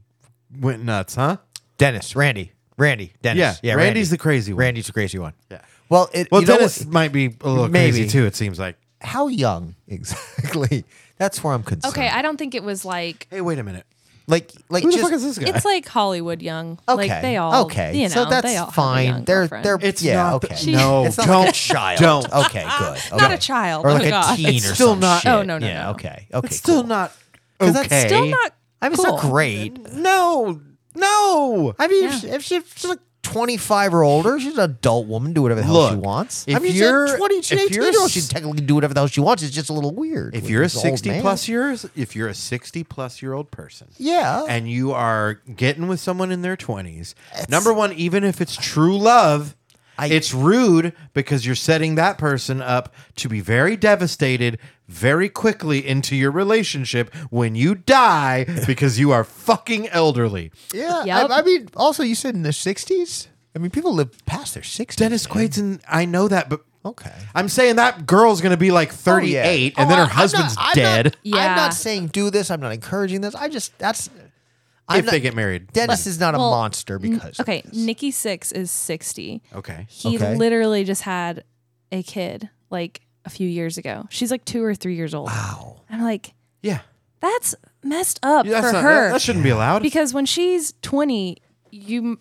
Speaker 1: went nuts, huh?
Speaker 2: Dennis, Randy, Randy, Dennis.
Speaker 1: Yeah, Randy's the crazy one.
Speaker 2: Randy's the crazy one.
Speaker 1: Yeah.
Speaker 2: Well, it,
Speaker 1: Well,
Speaker 2: you know
Speaker 1: Dennis
Speaker 2: what-
Speaker 1: might be a little
Speaker 2: Maybe.
Speaker 1: crazy too. It seems like.
Speaker 2: how young exactly? That's where I'm concerned.
Speaker 3: Okay, I don't think it was like
Speaker 1: Hey, wait a minute.
Speaker 2: like, like
Speaker 1: Who the
Speaker 2: just
Speaker 1: fuck is this guy?
Speaker 3: it's like Hollywood young.
Speaker 2: okay.
Speaker 3: Like they all
Speaker 2: okay.
Speaker 3: You know,
Speaker 2: so that's
Speaker 3: they all have a
Speaker 2: fine.
Speaker 3: young
Speaker 2: They're
Speaker 3: girlfriend.
Speaker 2: they're
Speaker 1: It's
Speaker 2: yeah.
Speaker 1: not the-
Speaker 2: okay.
Speaker 1: She- No,
Speaker 2: it's not like a
Speaker 1: don't-
Speaker 2: child.
Speaker 1: don't.
Speaker 2: Okay. Good. Okay.
Speaker 3: Not a child.
Speaker 2: Or
Speaker 3: Oh,
Speaker 2: like a
Speaker 3: God.
Speaker 2: teen
Speaker 1: It's
Speaker 2: or
Speaker 1: still
Speaker 2: some
Speaker 1: not-
Speaker 2: shit.
Speaker 3: Oh, no, no,
Speaker 2: Yeah.
Speaker 3: no.
Speaker 2: Okay. Okay.
Speaker 1: It's still
Speaker 2: cool.
Speaker 1: not okay.
Speaker 2: 'Cause that's
Speaker 3: still not.
Speaker 2: I mean, it's not
Speaker 3: cool.
Speaker 2: great.
Speaker 1: No, no.
Speaker 2: I mean, if,
Speaker 3: Yeah.
Speaker 2: she, if, she, if she's like 25 or older, she's an adult woman, do whatever the hell she
Speaker 1: Look,
Speaker 2: wants. I
Speaker 1: if
Speaker 2: mean, she's
Speaker 1: you're-
Speaker 2: like 20, she's an
Speaker 1: if
Speaker 2: 18
Speaker 1: you're
Speaker 2: year old,
Speaker 1: s-
Speaker 2: she technically can do whatever the hell she wants. It's just a little weird.
Speaker 1: if
Speaker 2: with
Speaker 1: you're a
Speaker 2: this old
Speaker 1: 60
Speaker 2: man.
Speaker 1: plus years if you're a 60 plus year old person
Speaker 2: Yeah.
Speaker 1: and you are getting with someone in their 20s number one even if it's true love
Speaker 2: I-
Speaker 1: it's rude because you're setting that person up to be very devastated very quickly into your relationship when you die because you are fucking elderly.
Speaker 2: yeah.
Speaker 3: Yep.
Speaker 2: I, I mean, also, you said in their 60s? I mean, people live past their 60s.
Speaker 1: Dennis
Speaker 2: man.
Speaker 1: Quaid's in, I know that, but
Speaker 2: Okay.
Speaker 1: I'm saying that girl's gonna be like 38 and
Speaker 2: Oh,
Speaker 1: then her
Speaker 2: I- I'm not-
Speaker 1: husband's
Speaker 2: I'm not-
Speaker 1: dead
Speaker 3: Yeah.
Speaker 2: I'm not saying do this. I'm not encouraging this. I just, that's. I'm
Speaker 1: if
Speaker 2: not-
Speaker 1: they get married.
Speaker 2: Dennis is not a
Speaker 3: Well,
Speaker 2: monster because. of
Speaker 3: Okay,
Speaker 2: this.
Speaker 3: Nikki Six is 60.
Speaker 1: Okay.
Speaker 3: He
Speaker 2: Okay.
Speaker 3: literally just had a kid like a few years ago. She's like two or three years old.
Speaker 2: Wow.
Speaker 3: I'm like,
Speaker 1: Yeah.
Speaker 3: that's messed up
Speaker 1: That's
Speaker 3: for
Speaker 1: not,
Speaker 3: her.
Speaker 1: That, that shouldn't be allowed.
Speaker 3: because when she's 20, you m-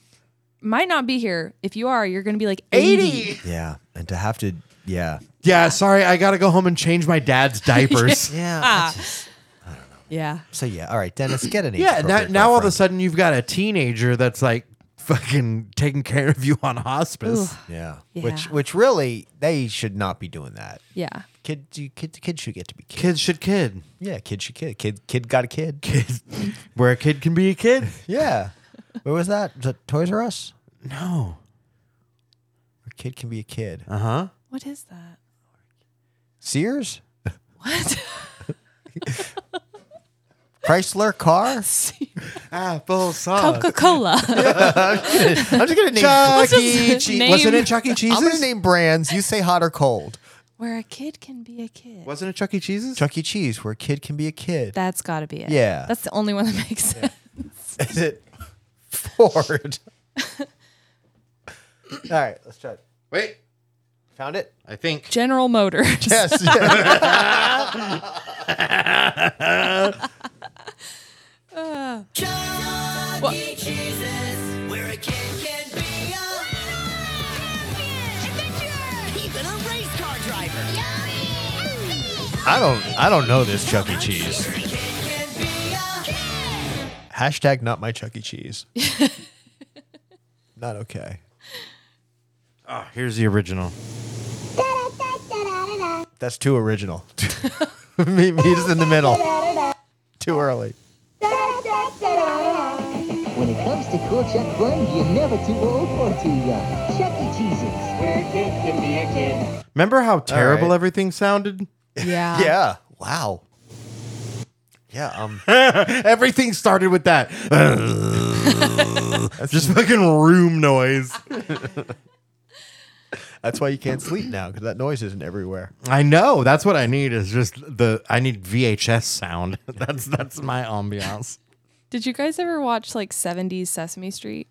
Speaker 3: might not be here. If you are, you're going to be like 80.
Speaker 2: Yeah. And to have to, yeah.
Speaker 1: Yeah, sorry, I gotta go home and change my dad's diapers. yeah,
Speaker 2: Yeah.
Speaker 3: Ah.
Speaker 2: that's just-
Speaker 3: Yeah.
Speaker 2: So yeah, all right, Dennis, get an age.
Speaker 1: now, now all of a sudden you've got a teenager that's like fucking taking care of you on hospice.
Speaker 3: Ooh.
Speaker 2: Yeah.
Speaker 3: Yeah.
Speaker 2: Which which really they should not be doing that.
Speaker 3: Yeah.
Speaker 2: Kid you kid kids should get to be kids.
Speaker 1: Kids should kid.
Speaker 2: Yeah, kid should kid. Kid kid got a kid.
Speaker 1: Kids, where a kid can be a kid.
Speaker 2: Yeah. Where was that? Was that Toys R Us?
Speaker 1: No.
Speaker 2: A kid can be a kid.
Speaker 1: Uh huh.
Speaker 3: What is that?
Speaker 2: Sears?
Speaker 3: What?
Speaker 2: Chrysler car?
Speaker 1: Apple sauce.
Speaker 3: Coca Cola.
Speaker 2: I'm just gonna name
Speaker 1: Chuck E.
Speaker 3: just
Speaker 1: Cheese.
Speaker 3: name-
Speaker 1: Wasn't it Chuck E. Cheese's?
Speaker 2: I'm gonna name brands. You say hot or cold.
Speaker 3: Where a kid can be a kid.
Speaker 1: Wasn't it Chuck E. Cheese's?
Speaker 2: Chuck E. Cheese, where a kid can be a kid.
Speaker 3: That's got to be it.
Speaker 2: Yeah.
Speaker 3: That's the only one that makes sense.
Speaker 2: Is it Ford? All right, let's try it.
Speaker 1: Wait,
Speaker 2: Found it?
Speaker 1: I think.
Speaker 3: General Motors.
Speaker 2: Yes.
Speaker 7: Chuck E. Cheese's, where a kid can be a adventurer, even a race car driver.
Speaker 2: I don't I don't know this Chuck E. Cheese.
Speaker 7: Every kid can be a kid.
Speaker 2: Hashtag not my Chuck E. Cheese. not okay.
Speaker 1: Oh, here's the original.
Speaker 2: That's too original. me, meet us in the middle. Too early.
Speaker 8: When it comes to cool check fun, you're never too old or too young. Chuck E. Cheese's. Where a kid can be a kid.
Speaker 1: Remember how terrible
Speaker 2: right.
Speaker 1: everything sounded?
Speaker 3: yeah.
Speaker 2: Yeah. Wow. Yeah. Um.
Speaker 1: Everything started with that. Just fucking room noise.
Speaker 2: That's why you can't sleep now because that noise isn't everywhere.
Speaker 1: I know. That's what I need is just the I need VHS sound. that's that's my ambiance.
Speaker 3: Did you guys ever watch like 70s Sesame Street?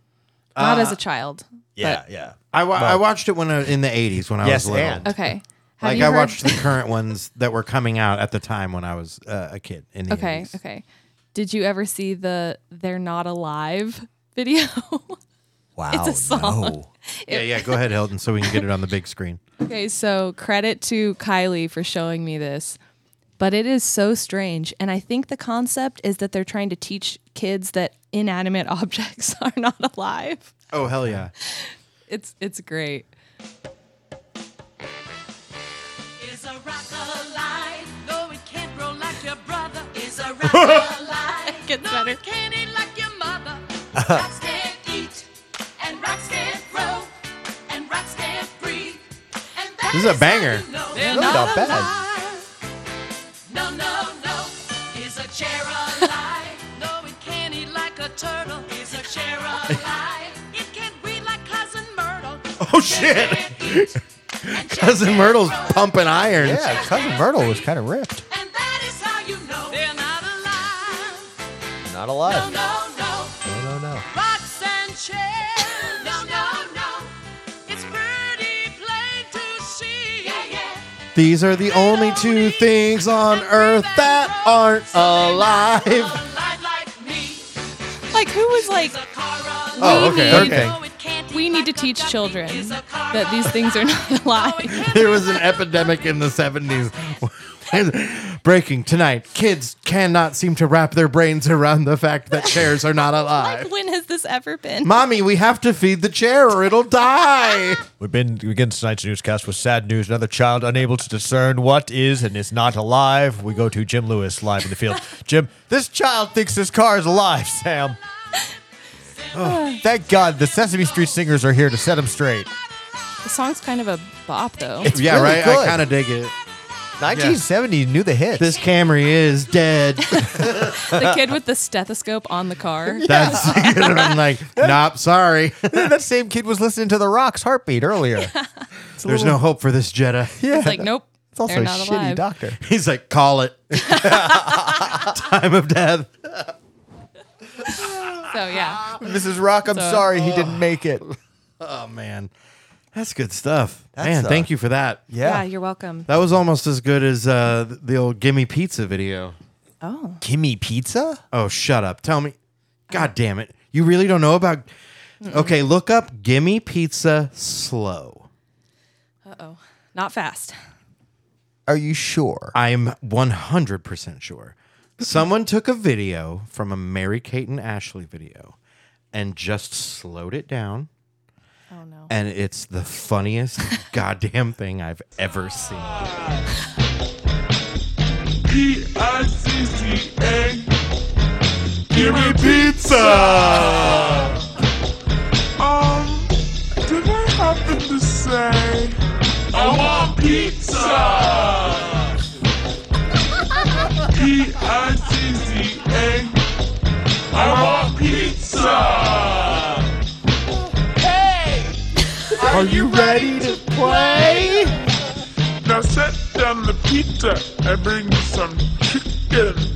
Speaker 3: Not as a child.
Speaker 2: Yeah. Yeah.
Speaker 1: I, wa- I watched it when I, in the 80s when I
Speaker 2: Yes,
Speaker 1: was little.
Speaker 2: and.
Speaker 3: Okay. Have
Speaker 1: Like
Speaker 3: you
Speaker 1: I
Speaker 3: heard-
Speaker 1: watched the current ones that were coming out at the time when I was uh, a kid in the
Speaker 3: Okay.
Speaker 1: 80s.
Speaker 3: Okay. Did you ever see the "They're Not Alive" video?
Speaker 2: Wow.
Speaker 3: It's a song.
Speaker 2: No.
Speaker 1: Yeah, yeah, go ahead Hilton so we can get it on the big screen.
Speaker 3: okay. So credit to Kylie for showing me this, but it is so strange, and I think the concept is that they're trying to teach kids that inanimate objects are not alive.
Speaker 1: Oh hell yeah.
Speaker 3: It's it's great.
Speaker 7: Is a rock alive? No, it can't grow like your brother. Is a rock alive?
Speaker 3: Gets
Speaker 7: no,
Speaker 3: better.
Speaker 7: it can't eat like your mother.
Speaker 1: Uh-huh.
Speaker 7: rocks can't eat, and rocks can't grow, and rocks can't breathe. And that
Speaker 1: This is a
Speaker 7: how
Speaker 1: banger.
Speaker 7: You know
Speaker 3: They're
Speaker 7: they're
Speaker 3: not
Speaker 7: not,
Speaker 2: Not bad.
Speaker 7: alive. No, no, no. Is a chair alive? no, it can't eat like a turtle. Is a chair alive? it can't breathe like cousin Myrtle.
Speaker 1: Oh shit. Cousin Myrtle's pumping iron.
Speaker 2: Yeah. Cousin Myrtle was kind of ripped.
Speaker 7: And that is how you know they're not alive.
Speaker 2: Not
Speaker 7: No,
Speaker 2: alive.
Speaker 7: no, no.
Speaker 2: No. No. No.
Speaker 7: Rocks and chairs. No, no, no. It's pretty plain to see. Yeah, yeah.
Speaker 1: These are the only two things on earth that aren't alive.
Speaker 7: Alive like me.
Speaker 3: Like who was like,
Speaker 7: Is a car alive?
Speaker 1: Oh,
Speaker 3: We
Speaker 1: okay,
Speaker 3: need-
Speaker 1: okay.
Speaker 7: No, it can't eat
Speaker 3: we need to
Speaker 7: like a
Speaker 3: teach
Speaker 7: ducky.
Speaker 3: children
Speaker 7: Is a car
Speaker 3: that these things are not
Speaker 7: alive?
Speaker 3: alive.
Speaker 7: No, it can't
Speaker 1: There
Speaker 7: eat
Speaker 1: was an
Speaker 7: like a
Speaker 1: epidemic in the 70s. Breaking tonight. Kids cannot seem to wrap their brains around the fact that chairs are not alive.
Speaker 3: Like when has this ever been?
Speaker 1: Mommy, we have to feed the chair or it'll die.
Speaker 2: We've been we begin tonight's newscast with sad news. Another child unable to discern what is and is not alive. We go to Jim Lewis live in the field. Jim, this child thinks this car is alive. Sam. Oh, thank God the Sesame Street singers are here to set him straight.
Speaker 3: The song's kind of a bop though.
Speaker 2: It's
Speaker 1: yeah,
Speaker 2: really
Speaker 1: right?
Speaker 2: good.
Speaker 1: I kind of dig it.
Speaker 2: 1970 knew the hits.
Speaker 1: This Camry is dead.
Speaker 3: the kid with the stethoscope on the car.
Speaker 1: That's I'm like, nope, sorry.
Speaker 2: that same kid was listening to The Rock's heartbeat earlier.
Speaker 1: There's no hope for this Jetta.
Speaker 3: It's like, nope.
Speaker 2: It's also
Speaker 3: they're
Speaker 2: a
Speaker 3: not
Speaker 2: shitty
Speaker 3: alive.
Speaker 2: doctor.
Speaker 1: He's like, call it. Time of death.
Speaker 3: So yeah,
Speaker 2: Mrs. Rock, I'm
Speaker 3: So-
Speaker 2: sorry he didn't make it.
Speaker 1: Oh man, that's good stuff.
Speaker 2: That's,
Speaker 1: man,
Speaker 2: uh,
Speaker 1: thank you for that.
Speaker 3: yeah,
Speaker 2: Yeah.
Speaker 3: you're welcome.
Speaker 1: That was almost as good as uh, th- the old "Gimme Pizza" video.
Speaker 3: Oh,
Speaker 2: Gimme pizza?
Speaker 1: Oh, shut up! Tell me, God damn it! You really don't know about? Okay, look up "Gimme Pizza Slow."
Speaker 3: not fast.
Speaker 2: Are you sure?
Speaker 1: I'm 100 percent sure. Someone took a video from a Mary Kate and Ashley video and just slowed it down.
Speaker 3: Oh no.
Speaker 1: And it's the funniest goddamn thing I've ever seen.
Speaker 9: Give me pizza! Um, did I happen to say I want pizza? P I C C A. I want pizza! Hey! Are you ready to play? Now set down the pizza and bring me some chicken.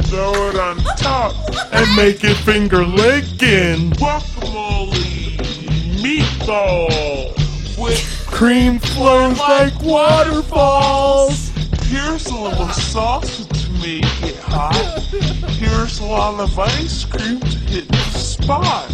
Speaker 9: Throw it on top and make it finger licking. Guacamole, meatball with cream flows like waterfalls. Here's a little sausage to make it hot. Here's a lot of ice cream to hit the spot.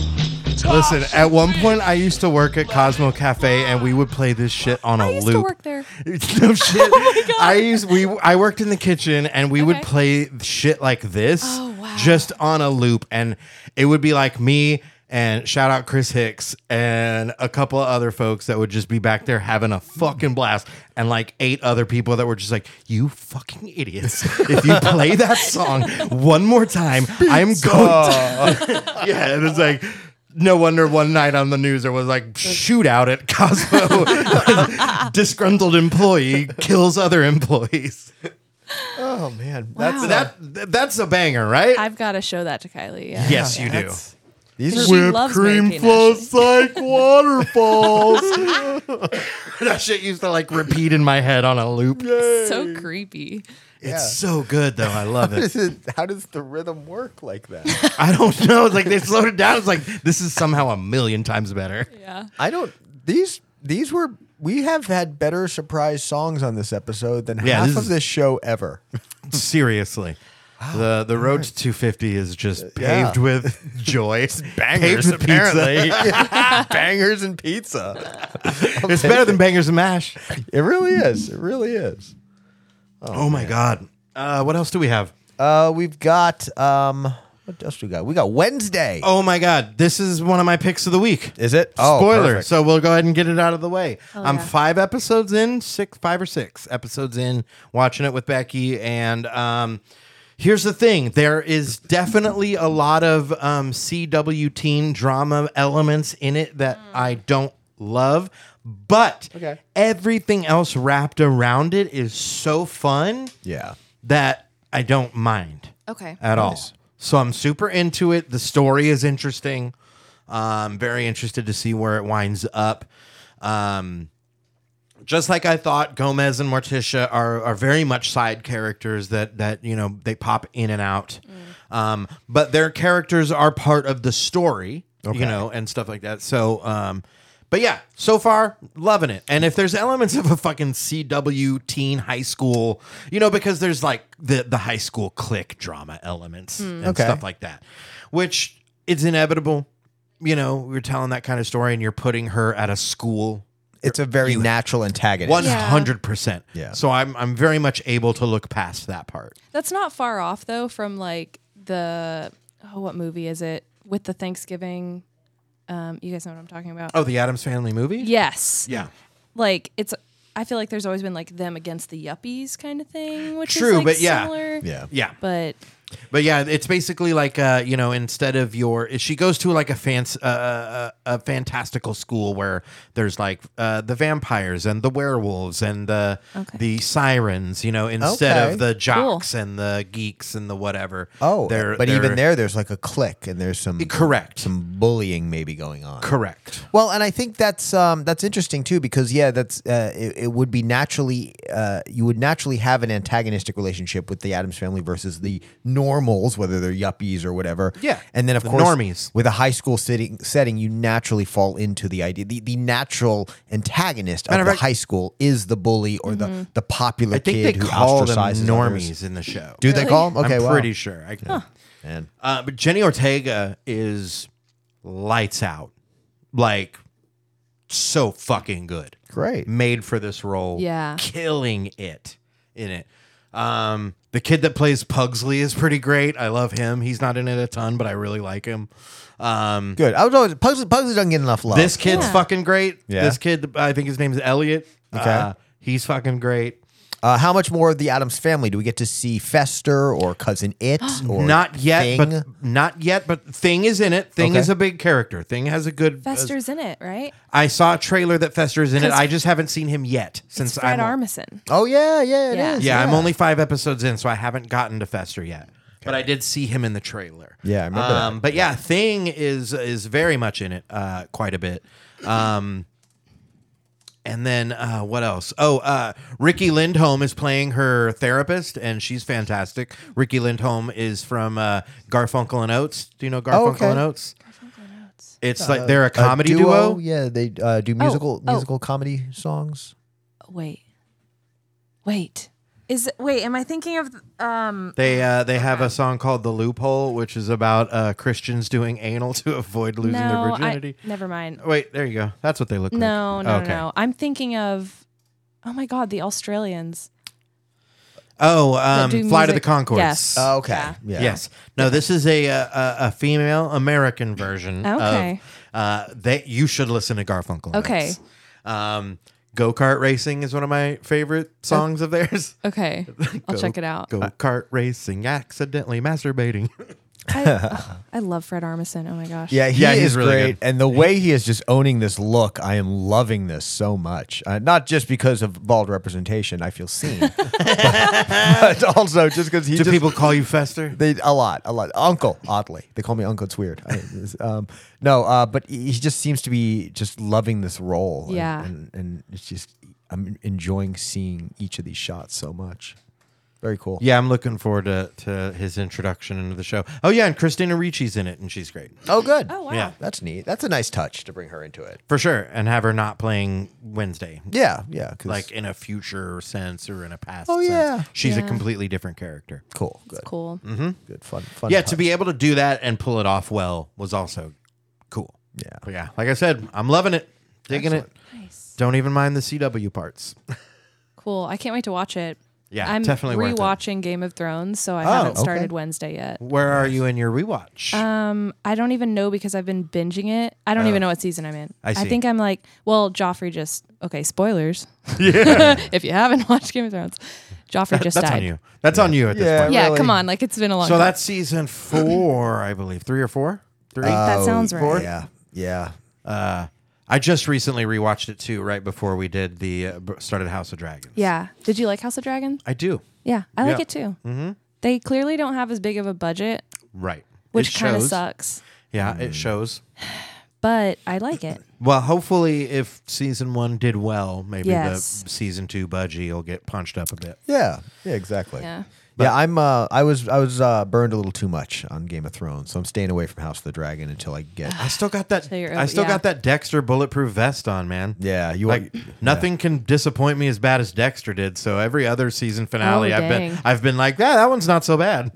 Speaker 1: Listen, at one point I used to work at Cosmo Cafe and we would play this shit on a
Speaker 3: I used
Speaker 1: loop.
Speaker 3: to work there.
Speaker 1: no shit. I used we I worked in the kitchen and we would
Speaker 3: Oh Okay.
Speaker 1: play shit like this
Speaker 3: Oh, wow.
Speaker 1: just on a loop and it would be like me and shout out Chris Hicks and a couple of other folks that would just be back there having a fucking blast and like eight other people that were just like you fucking idiots if you play that song one more time I'm going to Yeah and it's like no wonder one night on the news there was like shootout at Cosmo disgruntled employee kills other employees
Speaker 2: Oh man,
Speaker 3: That's- Wow.
Speaker 1: that th- that's a banger, right?
Speaker 3: I've got to show that to Kylie. Yeah.
Speaker 1: yes, you do.
Speaker 2: that's- these
Speaker 3: She
Speaker 2: are
Speaker 3: loves Mary Kate
Speaker 1: like waterfalls. that shit used to like repeat in my head on a loop.
Speaker 3: So creepy.
Speaker 2: Yeah.
Speaker 1: It's so good though. I love
Speaker 2: How
Speaker 1: it.
Speaker 2: does, it, how does the rhythm work like that?
Speaker 1: I don't know. It's like they slowed it down. It's like this is somehow a million times better.
Speaker 3: Yeah.
Speaker 2: I don't. These these were we have had better surprise songs on this episode than
Speaker 1: Yeah,
Speaker 2: half
Speaker 1: this
Speaker 2: of
Speaker 1: is-
Speaker 2: this show ever.
Speaker 1: Seriously. The the road to 250 is just
Speaker 2: Uh, Yeah.
Speaker 1: paved with joy. It's
Speaker 2: bangers, apparently.
Speaker 1: bangers and
Speaker 2: Pizza.
Speaker 1: It's better than bangers and mash.
Speaker 2: It really is. It really is.
Speaker 1: Oh, my god. Uh, what else do we have?
Speaker 2: Uh, we've got um, what else we got? We got Wednesday.
Speaker 1: Oh my God. This is one of my picks of the week.
Speaker 2: Is it? Oh,
Speaker 1: Spoiler.
Speaker 2: perfect.
Speaker 1: so we'll go ahead and get it out of the way. I'm
Speaker 3: yeah.
Speaker 1: five episodes in, six, five or six episodes in, watching it with Becky. And um, here's the thing there is definitely a lot of um, CW teen drama elements in it that I don't love. But
Speaker 2: Okay.
Speaker 1: everything else wrapped around it is so fun
Speaker 2: yeah.
Speaker 1: that I don't mind
Speaker 3: Okay.
Speaker 1: at all. So I'm super into it. The story is interesting. Um, very interested to see where it winds up. Um, just like I thought, Gomez and Morticia are are very much side characters that that you know they pop in and out, um, but their characters are part of the story, you know, and stuff like that. So, um, but yeah, so far loving it. And if there's elements of a fucking CW teen high school, you know, because there's like the the high school clique drama elements and
Speaker 2: Okay.
Speaker 1: stuff like that, which it's inevitable. You know, we're telling that kind of story, and you're putting her at a school
Speaker 2: It's a very natural antagonist.
Speaker 1: one
Speaker 3: Yeah.
Speaker 1: hundred percent.
Speaker 2: Yeah.
Speaker 1: So I'm I'm very much able to look past that part.
Speaker 3: That's not far off though from like the oh what movie is it with the Thanksgiving? Um, you guys know what I'm talking about.
Speaker 1: Oh, the Adams Family movie.
Speaker 3: Yes.
Speaker 1: Yeah.
Speaker 3: Like it's. I feel like there's always been like them against the yuppies kind of thing, which
Speaker 1: True,
Speaker 3: is like
Speaker 1: but yeah.
Speaker 3: similar.
Speaker 2: Yeah.
Speaker 1: Yeah.
Speaker 3: But
Speaker 1: But yeah, it's basically like uh, you know, instead of your, she goes to like a fancy, uh, uh, a fantastical school where there's like uh, the vampires and the werewolves and the
Speaker 3: Okay.
Speaker 1: the sirens, you know, instead
Speaker 2: Okay.
Speaker 1: of the jocks and the geeks and the whatever.
Speaker 2: Oh,
Speaker 1: They're-
Speaker 2: but even
Speaker 1: they're-
Speaker 2: there, there's like a click, and there's some
Speaker 1: correct,
Speaker 2: some bullying maybe going on.
Speaker 1: correct.
Speaker 2: Well, and I think that's um, that's interesting too because yeah, that's uh, it, it would be naturally uh, you would naturally have an antagonistic relationship with the Adams family versus the normals, whether they're yuppies or whatever.
Speaker 1: Yeah,
Speaker 2: and then of
Speaker 1: the
Speaker 2: course
Speaker 1: normies.
Speaker 2: with a high school setting, setting you naturally fall into the idea the, the natural antagonist
Speaker 1: Matter
Speaker 2: of
Speaker 1: of
Speaker 2: the
Speaker 1: fact-
Speaker 2: high school is the bully or the the popular
Speaker 1: I think
Speaker 2: kid
Speaker 1: they
Speaker 2: who
Speaker 1: call them
Speaker 2: ostracizes
Speaker 1: normies
Speaker 2: Others.
Speaker 1: in the show.
Speaker 2: Do they call them? Okay,
Speaker 1: I'm
Speaker 2: wow.
Speaker 1: pretty sure. I,
Speaker 2: Man.
Speaker 1: Uh, but Jenny Ortega is lights out, like so fucking good.
Speaker 2: Great.
Speaker 1: Made for this role.
Speaker 3: Yeah.
Speaker 1: Killing it in it. Um, the kid that plays Pugsley is pretty great. I love him. He's not in it a ton, but I really like him. Um,
Speaker 2: Good. I was always Pugsley. Pugsley doesn't get enough love.
Speaker 1: this kid's
Speaker 3: Yeah.
Speaker 1: fucking great.
Speaker 2: Yeah.
Speaker 1: This kid, I think his name is Elliot.
Speaker 2: Okay.
Speaker 1: Uh, he's fucking great.
Speaker 2: Uh, how much more of the Adams family do we get to see? Fester or cousin It or
Speaker 1: not yet,
Speaker 2: Thing?
Speaker 1: but not yet, but Thing is in it. Thing
Speaker 2: Okay.
Speaker 1: is a big character. Thing has a good.
Speaker 3: Fester's in it, right?
Speaker 1: I saw a trailer that Fester is in it.
Speaker 3: 'Cause-
Speaker 1: I just haven't seen him yet since
Speaker 3: it's Fred
Speaker 1: I'm.
Speaker 3: Armisen.
Speaker 2: oh yeah, yeah, it is.
Speaker 3: Yeah.
Speaker 1: Yeah, I'm only five episodes in, so I haven't gotten to Fester yet. But I did see him in the trailer.
Speaker 2: Yeah, I remember that.
Speaker 1: Um, But yeah, Thing is is very much in it, uh, quite a bit. Um, and then uh, what else? Oh, uh, Ricky Lindholm is playing her therapist, and she's fantastic. Ricky Lindholm is from uh, Garfunkel and Oates. Do you know Garfunkel
Speaker 2: Oh, okay. Uh,
Speaker 1: and Oates? It's like they're a comedy duo.
Speaker 2: Yeah, they uh, do musical
Speaker 3: oh.
Speaker 2: musical comedy songs.
Speaker 3: Wait, wait. Is wait? Am I thinking of um?
Speaker 1: They uh, they have a song called "The Loophole," which is about uh, Christians doing anal to avoid losing their
Speaker 3: no,
Speaker 1: virginity. Oh,
Speaker 3: I, never mind.
Speaker 1: Wait, there you go. That's what they look
Speaker 3: No,
Speaker 1: like.
Speaker 3: no, no. I'm thinking of. Oh my God, the Australians.
Speaker 1: Oh,
Speaker 3: that
Speaker 1: um,
Speaker 3: do
Speaker 1: Fly to the
Speaker 3: music.
Speaker 1: Concords.
Speaker 3: Yes.
Speaker 2: Okay.
Speaker 3: Yeah.
Speaker 1: Oh, Yes. No, this is a a, a- a female American version.
Speaker 3: Okay.
Speaker 1: Of, uh, that you should listen to Garfunkel. and
Speaker 3: Okay.
Speaker 1: Oates. Um, Go kart racing is one of my favorite songs of theirs.
Speaker 3: Okay, Oh. I'll check it out.
Speaker 1: Go kart racing, accidentally masturbating.
Speaker 3: I, ugh, I love Fred Armisen. Oh my gosh.
Speaker 2: Yeah, he
Speaker 1: Yeah,
Speaker 2: is
Speaker 1: he's really
Speaker 2: great,
Speaker 1: good.
Speaker 2: and the way he is just owning this look, I am loving this so much. Uh, not just because of bald representation, I feel seen, but, but also just because he
Speaker 1: Do
Speaker 2: just,
Speaker 1: people call you Fester?
Speaker 2: They a lot, a lot. Uncle, oddly, they call me Uncle. It's weird. I, it's, um, no, uh, but he he just seems to be just loving this role. and-
Speaker 3: Yeah.
Speaker 2: and, and it's just I'm enjoying seeing each of these shots so much. Very cool.
Speaker 1: Yeah, I'm looking forward to, to his introduction into the show. Oh yeah, and Christina Ricci's in it, and she's great
Speaker 2: Oh, good.
Speaker 3: Oh wow.
Speaker 1: Yeah.
Speaker 2: That's neat. That's a nice touch to bring her into it.
Speaker 1: for sure. And have her not playing Wednesday.
Speaker 2: Yeah, yeah. 'cause-
Speaker 1: like in a future sense or in a past
Speaker 2: Oh,
Speaker 1: sense.
Speaker 2: yeah.
Speaker 1: she's a
Speaker 3: Yeah.
Speaker 1: completely different character
Speaker 2: cool, good,
Speaker 3: Cool.
Speaker 1: Mm.
Speaker 2: good, fun, fun.
Speaker 1: yeah
Speaker 2: touch.
Speaker 1: to be able to do that and pull it off well was also cool
Speaker 2: Yeah.
Speaker 1: But yeah like i said i'm loving it digging it
Speaker 3: Nice.
Speaker 1: don't even mind the cw parts
Speaker 3: Cool. I can't wait to watch it.
Speaker 1: yeah
Speaker 3: I'm
Speaker 1: definitely worth it.
Speaker 3: rewatching Game of Thrones, so I
Speaker 2: Oh,
Speaker 3: haven't
Speaker 2: okay.
Speaker 3: started Wednesday yet.
Speaker 1: where are you in your rewatch
Speaker 3: Um, I don't even know because I've been binging it. I don't even know what season I'm in.
Speaker 1: Oh. I see.
Speaker 3: think I'm like, well, Joffrey just okay. Spoilers. Yeah. if you haven't watched Game of Thrones, Joffrey just
Speaker 1: that's
Speaker 3: died.
Speaker 1: on you that's on you at this
Speaker 2: Yeah.
Speaker 1: point
Speaker 3: Yeah,
Speaker 2: Really?
Speaker 3: come on. Like it's been a long.
Speaker 1: so
Speaker 3: time.
Speaker 1: that's season four i believe three or four three
Speaker 2: Uh,
Speaker 3: that sounds right.
Speaker 2: Oh, Yeah, yeah.
Speaker 1: i just recently rewatched it too right before we did the uh, b- started house of dragons
Speaker 3: Yeah. Did you like House of Dragon?
Speaker 1: i do
Speaker 3: Yeah, I like
Speaker 1: Yeah.
Speaker 3: it too. Mm-hmm. They clearly don't have as big of a budget,
Speaker 1: right
Speaker 3: which
Speaker 1: It
Speaker 3: kind of
Speaker 1: shows.
Speaker 3: sucks.
Speaker 1: yeah it shows
Speaker 3: But I like it.
Speaker 1: Well, hopefully, if season one did well, maybe
Speaker 3: Yes.
Speaker 1: the season two budgie will get punched up a bit.
Speaker 2: Yeah, yeah, exactly.
Speaker 3: Yeah.
Speaker 2: yeah. I'm. Uh, I was. I was uh, burned a little too much on Game of Thrones, so I'm staying away from House of the Dragon until I get.
Speaker 1: I still got that.
Speaker 3: So you're-
Speaker 1: I still
Speaker 3: yeah.
Speaker 1: got that Dexter bulletproof vest on, man.
Speaker 2: yeah, you
Speaker 1: Like nothing can disappoint me as bad as Dexter did. So every other season finale,
Speaker 3: Oh,
Speaker 1: I've been
Speaker 3: dang.
Speaker 1: I've been like, yeah, that one's not so bad.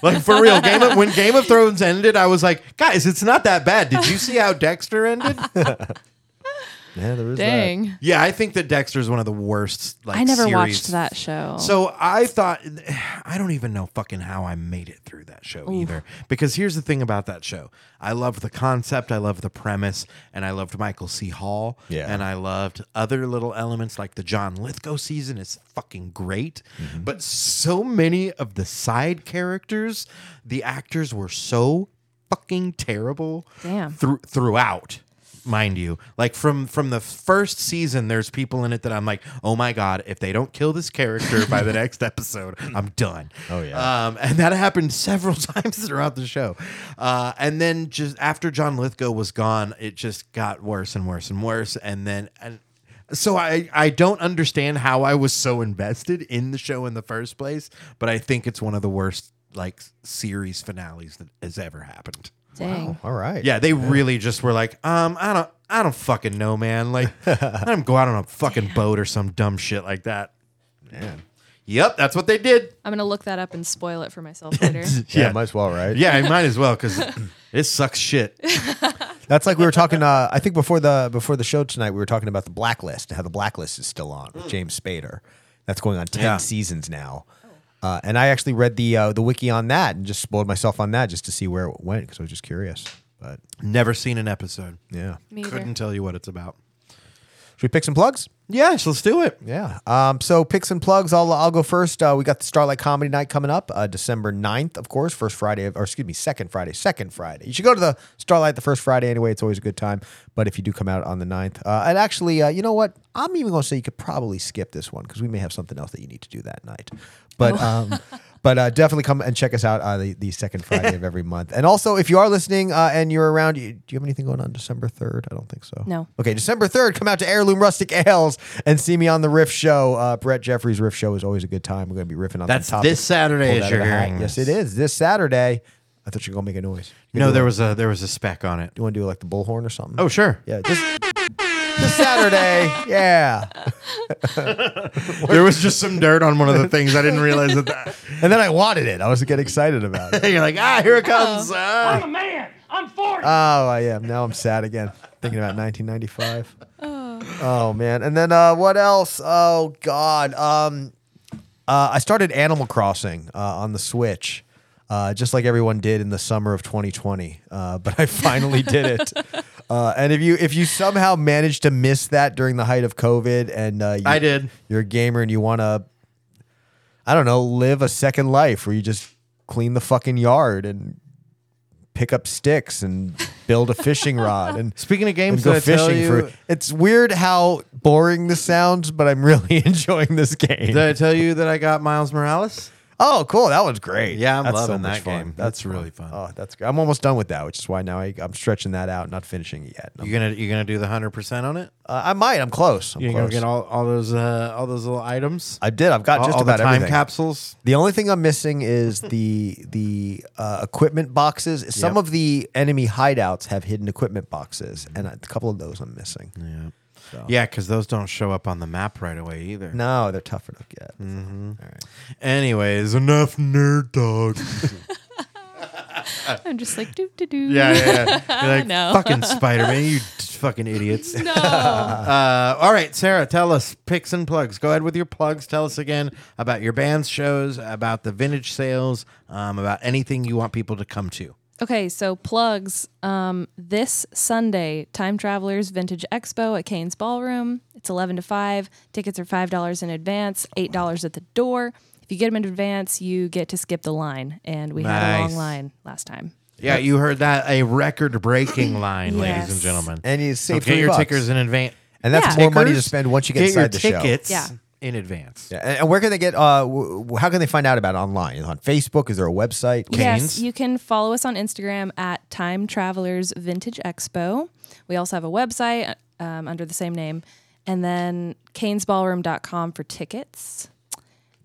Speaker 1: like for real, Game of, when Game of Thrones ended, I was like, guys, it's not that bad. Did you see how Dexter ended?
Speaker 2: Yeah, there is that.
Speaker 3: Dang.
Speaker 1: yeah, I think that Dexter is one of the worst. Like
Speaker 3: I never
Speaker 1: series
Speaker 3: watched that show.
Speaker 1: So I thought, I don't even know fucking how I made it through that show either. Because here's the thing about that show I loved the concept, I loved the premise, and I loved Michael C. Hall.
Speaker 2: Yeah.
Speaker 1: And I loved other little elements like the John Lithgow season is fucking great. But so many of the side characters, the actors were so fucking terrible
Speaker 3: Damn.
Speaker 1: thr- throughout mind you like from from the first season there's people in it that i'm like oh my god if they don't kill this character by the next episode i'm done
Speaker 2: Oh, yeah.
Speaker 1: um, and that happened several times throughout the show uh, and then just after john lithgow was gone it just got worse and worse and worse and then and so I, I don't understand how i was so invested in the show in the first place but i think it's one of the worst like series finales that has ever happened
Speaker 3: Dang.
Speaker 2: All right.
Speaker 1: yeah, they really just were like, um, I don't, I don't fucking know, man. Like, let him go out on a fucking boat or some dumb shit like that. Yep, that's what they did.
Speaker 3: I'm gonna look that up and spoil it for myself later.
Speaker 2: Yeah, might as well, right?
Speaker 1: Yeah, I might as well because it sucks shit.
Speaker 2: That's like we were talking. Uh, I think before the before the show tonight, we were talking about the blacklist and how the blacklist is still on with James Spader. That's going on ten
Speaker 1: Mm. Yeah.
Speaker 2: seasons now. Uh, and I actually read the uh, the wiki on that and just spoiled myself on that just to see where it went because I was just curious. But
Speaker 1: Never seen an episode.
Speaker 2: yeah,
Speaker 3: Me either.
Speaker 1: Couldn't tell you what it's about.
Speaker 2: should we pick some plugs?
Speaker 1: Yes, let's do it.
Speaker 2: Yeah. Um, so picks and plugs. I'll, I'll go first. Uh, we got the Starlight Comedy Night coming up, uh, December 9th, of course, first Friday, of, or excuse me, second Friday, second Friday. You should go to the Starlight the first Friday anyway. It's always a good time. But if you do come out on the 9th, uh, and actually, uh, you know what? I'm even going to say you could probably skip this one because we may have something else that you need to do that night. But um, but uh, definitely come and check us out uh, the, the second Friday of every month. And also, if you are listening uh, and you're around, you, do you have anything going on December 3rd? I don't think so.
Speaker 3: No.
Speaker 2: Okay, December 3rd, come out to Heirloom Rustic Ales and see me on the Riff Show. Uh, Brett Jeffries' Riff Show is always a good time. We're going to be riffing on
Speaker 1: That's
Speaker 2: some topics.
Speaker 1: this Saturday
Speaker 2: pulled
Speaker 1: as
Speaker 2: out of
Speaker 1: you're
Speaker 2: the hat.
Speaker 1: hearing
Speaker 2: Yes,
Speaker 1: this.
Speaker 2: it is. This Saturday. I thought you were going to make a noise. You
Speaker 1: No,
Speaker 2: gonna do
Speaker 1: there
Speaker 2: like-
Speaker 1: was a there was a speck on it.
Speaker 2: You want to do like the bullhorn or something?
Speaker 1: Oh, sure.
Speaker 2: Yeah, just this Saturday. Yeah.
Speaker 1: There was just some dirt on one of the things. I didn't realize that. that
Speaker 2: And then I wanted it. I was getting excited about it.
Speaker 1: you're like, ah, here it comes. ah."
Speaker 9: I'm a man. I'm 40.
Speaker 2: Oh, I am. Now I'm sad again, thinking about 1995. Oh, man. And then uh, what else? Oh, God. Um, uh, I started Animal Crossing uh, on the Switch, uh, just like everyone did in the summer of 2020. Uh, but I finally did it. Uh, and if you if you somehow managed to miss that during the height of COVID, and uh, you,
Speaker 1: I did.
Speaker 2: you're a gamer and you want to, I don't know, live a second life where you just clean the fucking yard and pick up sticks and build a fishing rod and
Speaker 1: Speaking of
Speaker 2: and
Speaker 1: games,
Speaker 2: go
Speaker 1: did I tell
Speaker 2: fishing
Speaker 1: you-
Speaker 2: for. It's weird how boring this sounds, but I'm really enjoying this game.
Speaker 1: Did I tell you that I got Miles Morales?
Speaker 2: oh, cool! That one's great.
Speaker 1: Yeah, I'm
Speaker 2: That's so
Speaker 1: loving
Speaker 2: much
Speaker 1: that game. That's really fun.
Speaker 2: Oh, that's great. I'm almost done with that, which is why now I, I'm stretching that out, not finishing it yet.
Speaker 1: You gonna you gonna do the hundred percent on it?
Speaker 2: Uh, I might. I'm close. I'm
Speaker 1: You gonna
Speaker 2: close.
Speaker 1: get all, all those uh, all those little items?
Speaker 2: I did. I've got
Speaker 1: all,
Speaker 2: just
Speaker 1: all
Speaker 2: about
Speaker 1: the time
Speaker 2: everything.
Speaker 1: capsules.
Speaker 2: The only thing I'm missing is the the uh, equipment boxes. Some
Speaker 1: Yep.
Speaker 2: of the enemy hideouts have hidden equipment boxes, and a couple of those I'm missing.
Speaker 1: Oh. Yeah, because those don't show up on the map right away either.
Speaker 2: No, they're tougher to get.
Speaker 1: Mm-hmm. Anyways, enough nerd talk.
Speaker 3: I'm just like doo doo doo.
Speaker 1: yeah, yeah, yeah. You're like,
Speaker 3: No.
Speaker 1: fucking Spider Man, you t- fucking idiots.
Speaker 3: No.
Speaker 1: Uh, all right, Sarah, tell us picks and plugs. Go ahead with your plugs. Tell us again about your band's shows, about the vintage sales, um, about anything you want people to come to.
Speaker 3: okay, so plugs. Um, this Sunday, Time Travelers Vintage Expo at Kane's Ballroom. It's 11 to 5. Tickets are $5 in advance, $8 at the door. If you get them in advance, you get to skip the line. And we had a
Speaker 1: Nice.
Speaker 3: long line last time.
Speaker 1: Yeah, you heard that a record breaking line, ladies and
Speaker 3: Yes.
Speaker 1: gentlemen.
Speaker 2: And you
Speaker 1: so
Speaker 2: save
Speaker 1: get
Speaker 2: three
Speaker 1: your
Speaker 2: bucks.
Speaker 1: tickers in advance.
Speaker 2: And that's
Speaker 3: Yeah.
Speaker 2: more money to
Speaker 1: Tickers?
Speaker 2: spend once you get,
Speaker 1: Get your
Speaker 2: inside the
Speaker 1: tickets
Speaker 3: Yeah.
Speaker 1: in advance.
Speaker 2: show. Yeah, And, and where can they get? Uh, w- w- how can they find out about it online? On Facebook? Is there a website?
Speaker 1: Canes?
Speaker 3: Yes, you can follow us on Instagram at Time Travelers Vintage Expo. We also have a website um, under the same name, and then canesballroom.com for tickets.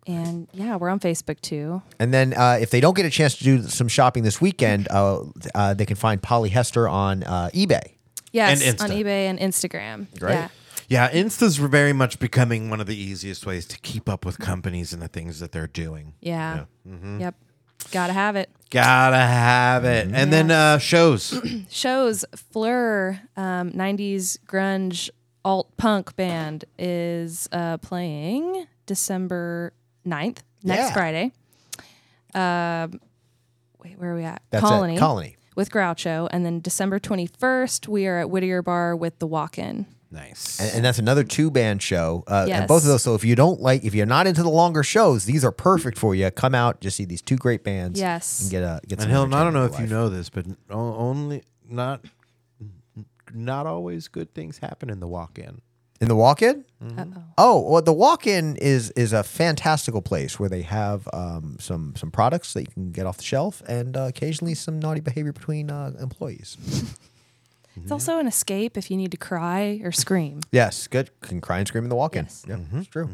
Speaker 3: And yeah, we're on Facebook too.
Speaker 2: And then uh, if they don't get a chance to do some shopping this weekend, uh, uh, they can find Polly Hester on uh, eBay.
Speaker 3: Yes,
Speaker 1: And Insta.
Speaker 3: on eBay and Instagram.
Speaker 2: Great.
Speaker 3: Yeah.
Speaker 1: Yeah, Insta's very much becoming one of the easiest ways to keep up with companies and the things that they're doing.
Speaker 3: Yeah. Yep. Gotta have it.
Speaker 1: Gotta have it.
Speaker 2: Mm-hmm.
Speaker 1: And then uh, shows.
Speaker 3: shows Fleur, um, 90s grunge alt punk band, is uh, playing December 9th, next
Speaker 2: Yeah.
Speaker 3: Friday. Um, wait, where are we at?
Speaker 2: That's
Speaker 3: Colony.
Speaker 2: it. Colony.
Speaker 3: With Groucho. And then December 21st, we are at Whittier Bar with The Walk In.
Speaker 1: nice.
Speaker 2: And, and that's another two band show. Uh, And
Speaker 3: Yes.
Speaker 2: both of those. So if you don't like, if you're not into the longer shows, these are perfect for you. Come out, just see these two great bands.
Speaker 3: Yes.
Speaker 2: And get a get some.
Speaker 1: And Hilton, I don't
Speaker 2: entertainment
Speaker 1: know
Speaker 2: for
Speaker 1: if you
Speaker 2: life.
Speaker 1: know this, but o- only not not always good things happen in the walk-in.
Speaker 2: In the walk-in?
Speaker 3: Mm-hmm.
Speaker 2: Oh, well, the walk-in is is a fantastical place where they have um, some some products that you can get off the shelf, and uh, occasionally some naughty behavior between uh, employees. Mm-hmm.
Speaker 3: It's also an escape if you need to cry or scream.
Speaker 2: Yes, good. Can cry and scream in the walk-in. Yeah,
Speaker 1: Mm-hmm.
Speaker 2: it's true.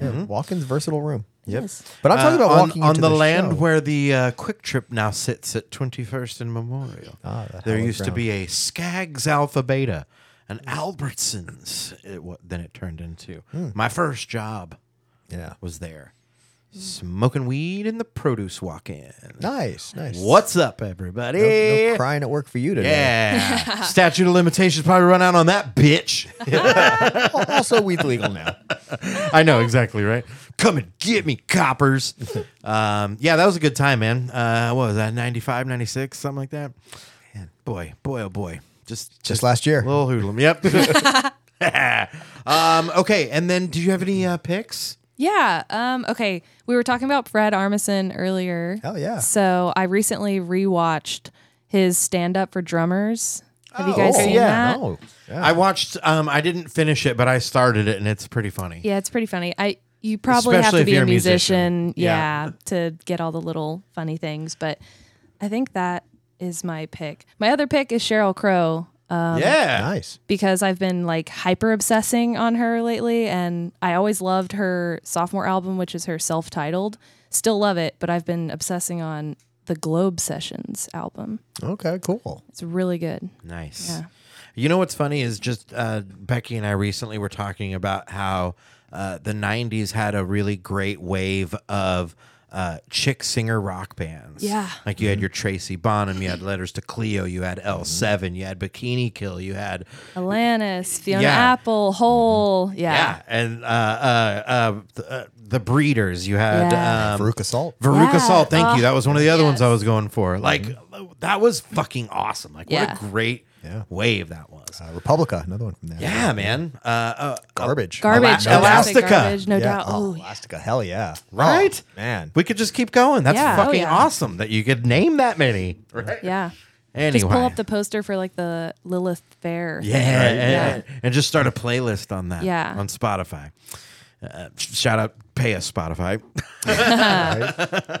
Speaker 2: Yeah, walk-in's versatile room.
Speaker 1: Yep.
Speaker 2: But I'm talking
Speaker 1: Mm-hmm.
Speaker 2: about
Speaker 1: Uh, on,
Speaker 2: walking
Speaker 1: on
Speaker 2: into
Speaker 1: the, land
Speaker 2: show.
Speaker 1: where the uh, Quick Trip now sits at 21st and Memorial.
Speaker 2: Ah, that
Speaker 1: there
Speaker 2: hallowed
Speaker 1: used to
Speaker 2: ground.
Speaker 1: be a Skaggs Alpha Beta, an
Speaker 2: Hmm.
Speaker 1: Albertsons. It, what then it turned into my first job
Speaker 2: Yeah.
Speaker 1: was there. smoking weed in the produce walk in.
Speaker 2: Nice, nice.
Speaker 1: What's up, everybody?
Speaker 2: No, no crying at work for you today.
Speaker 1: yeah. Statute of limitations probably run out on that bitch.
Speaker 2: Al- also, weed legal now.
Speaker 1: I know exactly right. Come and get me, coppers. um, yeah, that was a good time, man. Uh, what was that? 95, 96, something like that. Man, boy, boy, oh boy. Just
Speaker 2: Just last year.
Speaker 1: little hoodlum. Yep. um, okay, and then do you have any uh, picks?
Speaker 3: Yeah. Um, okay. We were talking about Fred Armisen earlier.
Speaker 2: Oh, yeah.
Speaker 3: So I recently rewatched his stand up for drummers. Have you guys
Speaker 2: Oh,
Speaker 3: seen
Speaker 1: yeah.
Speaker 3: that?
Speaker 2: Oh, yeah.
Speaker 1: I watched. Um, I didn't finish it, but I started it, and it's pretty funny.
Speaker 3: Yeah, it's pretty funny. I you probably
Speaker 1: Especially if
Speaker 3: have to be
Speaker 1: you're
Speaker 3: a
Speaker 1: a musician.
Speaker 3: musician,
Speaker 1: Yeah.
Speaker 3: yeah, to get all the little funny things. But I think that is my pick. My other pick is Cheryl Crow um,
Speaker 1: Yeah.
Speaker 2: nice.
Speaker 3: because I've been like hyper obsessing on her lately, and I always loved her sophomore album, which is her self titled. Still love it, but I've been obsessing on the Globe Sessions album.
Speaker 2: Okay, cool.
Speaker 3: It's really good.
Speaker 1: Nice.
Speaker 3: Yeah.
Speaker 1: You know what's funny is just uh, Becky and I recently were talking about how uh, the '90s had a really great wave of uh, chick singer rock bands.
Speaker 3: Yeah.
Speaker 1: like you had your Tracy Bonham, you had Letters to Cleo, you had L7, you had Bikini Kill, you had
Speaker 3: Alanis, Fiona
Speaker 1: Yeah.
Speaker 3: Apple, Hole. Yeah.
Speaker 1: yeah, and uh, uh, uh, the, uh, the Breeders. You had
Speaker 3: Yeah.
Speaker 1: um,
Speaker 2: Veruca Salt.
Speaker 1: Veruca
Speaker 3: Yeah. Oh,
Speaker 1: Salt, thank you. That was one of the other ones I
Speaker 5: Yes.
Speaker 1: was going for. Like that was fucking awesome. Like
Speaker 3: Yeah.
Speaker 1: what a great
Speaker 2: Yeah.
Speaker 1: wave that was.
Speaker 2: Uh, Republica, another one from there.
Speaker 1: yeah, man. Uh, uh,
Speaker 2: Garbage.
Speaker 3: Garbage.
Speaker 1: Ela-
Speaker 3: I would say
Speaker 1: Elastica.
Speaker 3: Garbage, no doubt.
Speaker 2: Oh,
Speaker 3: Oh,
Speaker 2: Elastica. Hell yeah.
Speaker 1: Right?
Speaker 2: Oh, man.
Speaker 1: we could just keep going. That's
Speaker 3: Yeah. Oh,
Speaker 1: fucking
Speaker 3: yeah.
Speaker 1: awesome that you could name that many. Right?
Speaker 3: yeah.
Speaker 1: Anyway.
Speaker 3: Just pull up the poster for like the Lilith Fair.
Speaker 1: yeah, and, and just start a playlist on that.
Speaker 3: Yeah.
Speaker 1: on Spotify. Uh, sh- shout out, pay us Spotify.
Speaker 2: Right?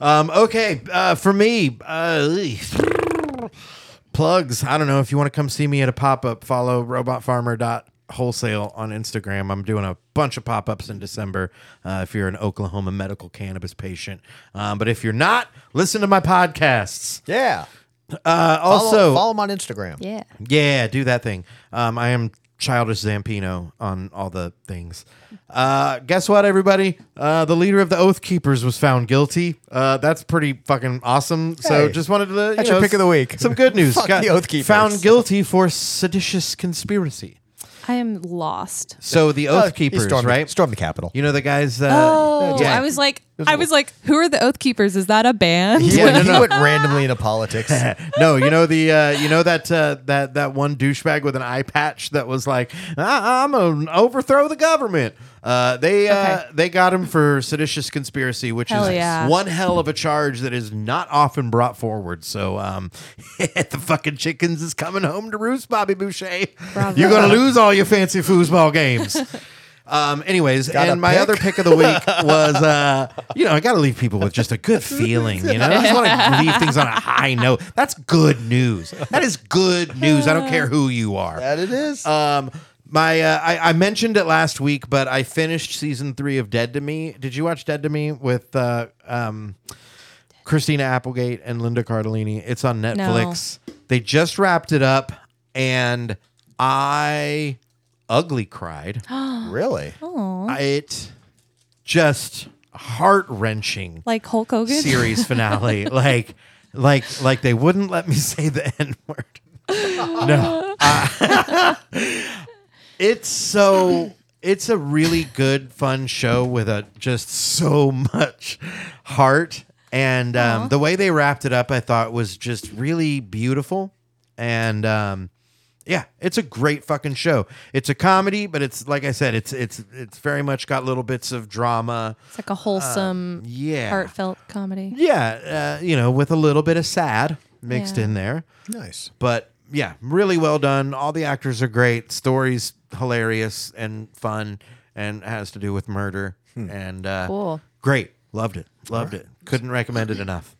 Speaker 1: Um, okay, uh, for me, uh, ugh. plugs. I don't know if you want to come see me at a pop up. Follow robotfarmer.wholesale on Instagram. I'm doing a bunch of pop ups in December. Uh, if you're an Oklahoma medical cannabis patient, um, but if you're not, listen to my podcasts.
Speaker 2: yeah.
Speaker 1: Uh,
Speaker 2: Follow,
Speaker 1: also,
Speaker 2: follow him on Instagram.
Speaker 3: Yeah.
Speaker 1: yeah, do that thing. Um, I am childish Zampino on all the things. Uh, guess what, everybody? Uh, the leader of the Oath Keepers was found guilty. Uh, that's pretty fucking awesome. So
Speaker 2: Hey,
Speaker 1: just wanted to you
Speaker 2: that's your
Speaker 1: know,
Speaker 2: pick of the week.
Speaker 1: Some good news.
Speaker 2: Fuck the Oath Keepers.
Speaker 1: Found guilty for seditious conspiracy.
Speaker 3: I am lost.
Speaker 1: So the
Speaker 2: Oh,
Speaker 1: Oath
Speaker 2: he
Speaker 1: Keepers,
Speaker 2: stormed,
Speaker 1: right?
Speaker 2: Storm the Capitol.
Speaker 1: you know the guys. Uh,
Speaker 3: Oh,
Speaker 1: yeah.
Speaker 3: I was like, I was like, who are the Oath Keepers? Is that a band?
Speaker 1: Yeah, no,
Speaker 2: he
Speaker 1: no.
Speaker 2: went randomly into politics.
Speaker 1: no, you know the uh, you know that uh, that that one douchebag with an eye patch that was like, "I- I'm gonna overthrow the government. Uh, they uh,
Speaker 3: Okay.
Speaker 1: they got him for seditious conspiracy, which
Speaker 3: Hell
Speaker 1: is
Speaker 3: yeah.
Speaker 1: one hell of a charge that is not often brought forward. So um, the fucking chickens is coming home to roost, Bobby Boucher.
Speaker 3: Bravo.
Speaker 1: You're gonna lose all your fancy foosball games. Um, anyways,
Speaker 2: Got a
Speaker 1: and my
Speaker 2: pick?
Speaker 1: other pick of the week was, uh, you know, I got to leave people with just a good feeling. You know, I just want to leave things on a high note. That's good news. That is good news. I don't care who you are.
Speaker 2: that it is.
Speaker 1: Um, my, uh, I, I mentioned it last week, but I finished season three of Dead to Me. Did you watch Dead to Me with uh, um, Christina Applegate and Linda Cardellini? It's on Netflix. They just wrapped it up, and I ugly cried.
Speaker 2: really?
Speaker 3: Oh.
Speaker 1: it just heart wrenching
Speaker 3: Like Hulk Hogan?
Speaker 1: series finale. like, like, like they wouldn't let me say the N word. No, Uh, it's so. It's a really good, fun show with a just so much heart, and um, the way they wrapped it up, I thought was just really beautiful, and um, yeah, it's a great fucking show. It's a comedy, but it's like I said, it's it's it's very much got little bits of drama.
Speaker 3: It's like a wholesome,
Speaker 1: Um, Yeah,
Speaker 3: heartfelt comedy.
Speaker 1: yeah, uh, you know, with a little bit of sad mixed
Speaker 3: Yeah.
Speaker 1: in there.
Speaker 2: Nice.
Speaker 1: But yeah, really well done. All the actors are great. Stories hilarious and fun, and has to do with murder. And uh,
Speaker 3: Cool.
Speaker 1: great, loved it, loved it. Couldn't recommend it enough.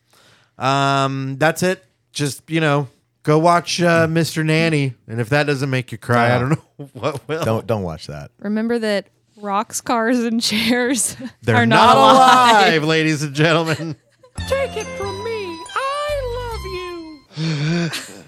Speaker 1: Um, that's it. Just you know, go watch uh, Mr. Nanny, and if that doesn't make you cry, I don't know what will.
Speaker 2: Don't don't watch that.
Speaker 3: Remember that rocks, cars, and chairs
Speaker 1: They're
Speaker 3: are
Speaker 1: not, alive, ladies and gentlemen.
Speaker 7: Take it from me. I love you.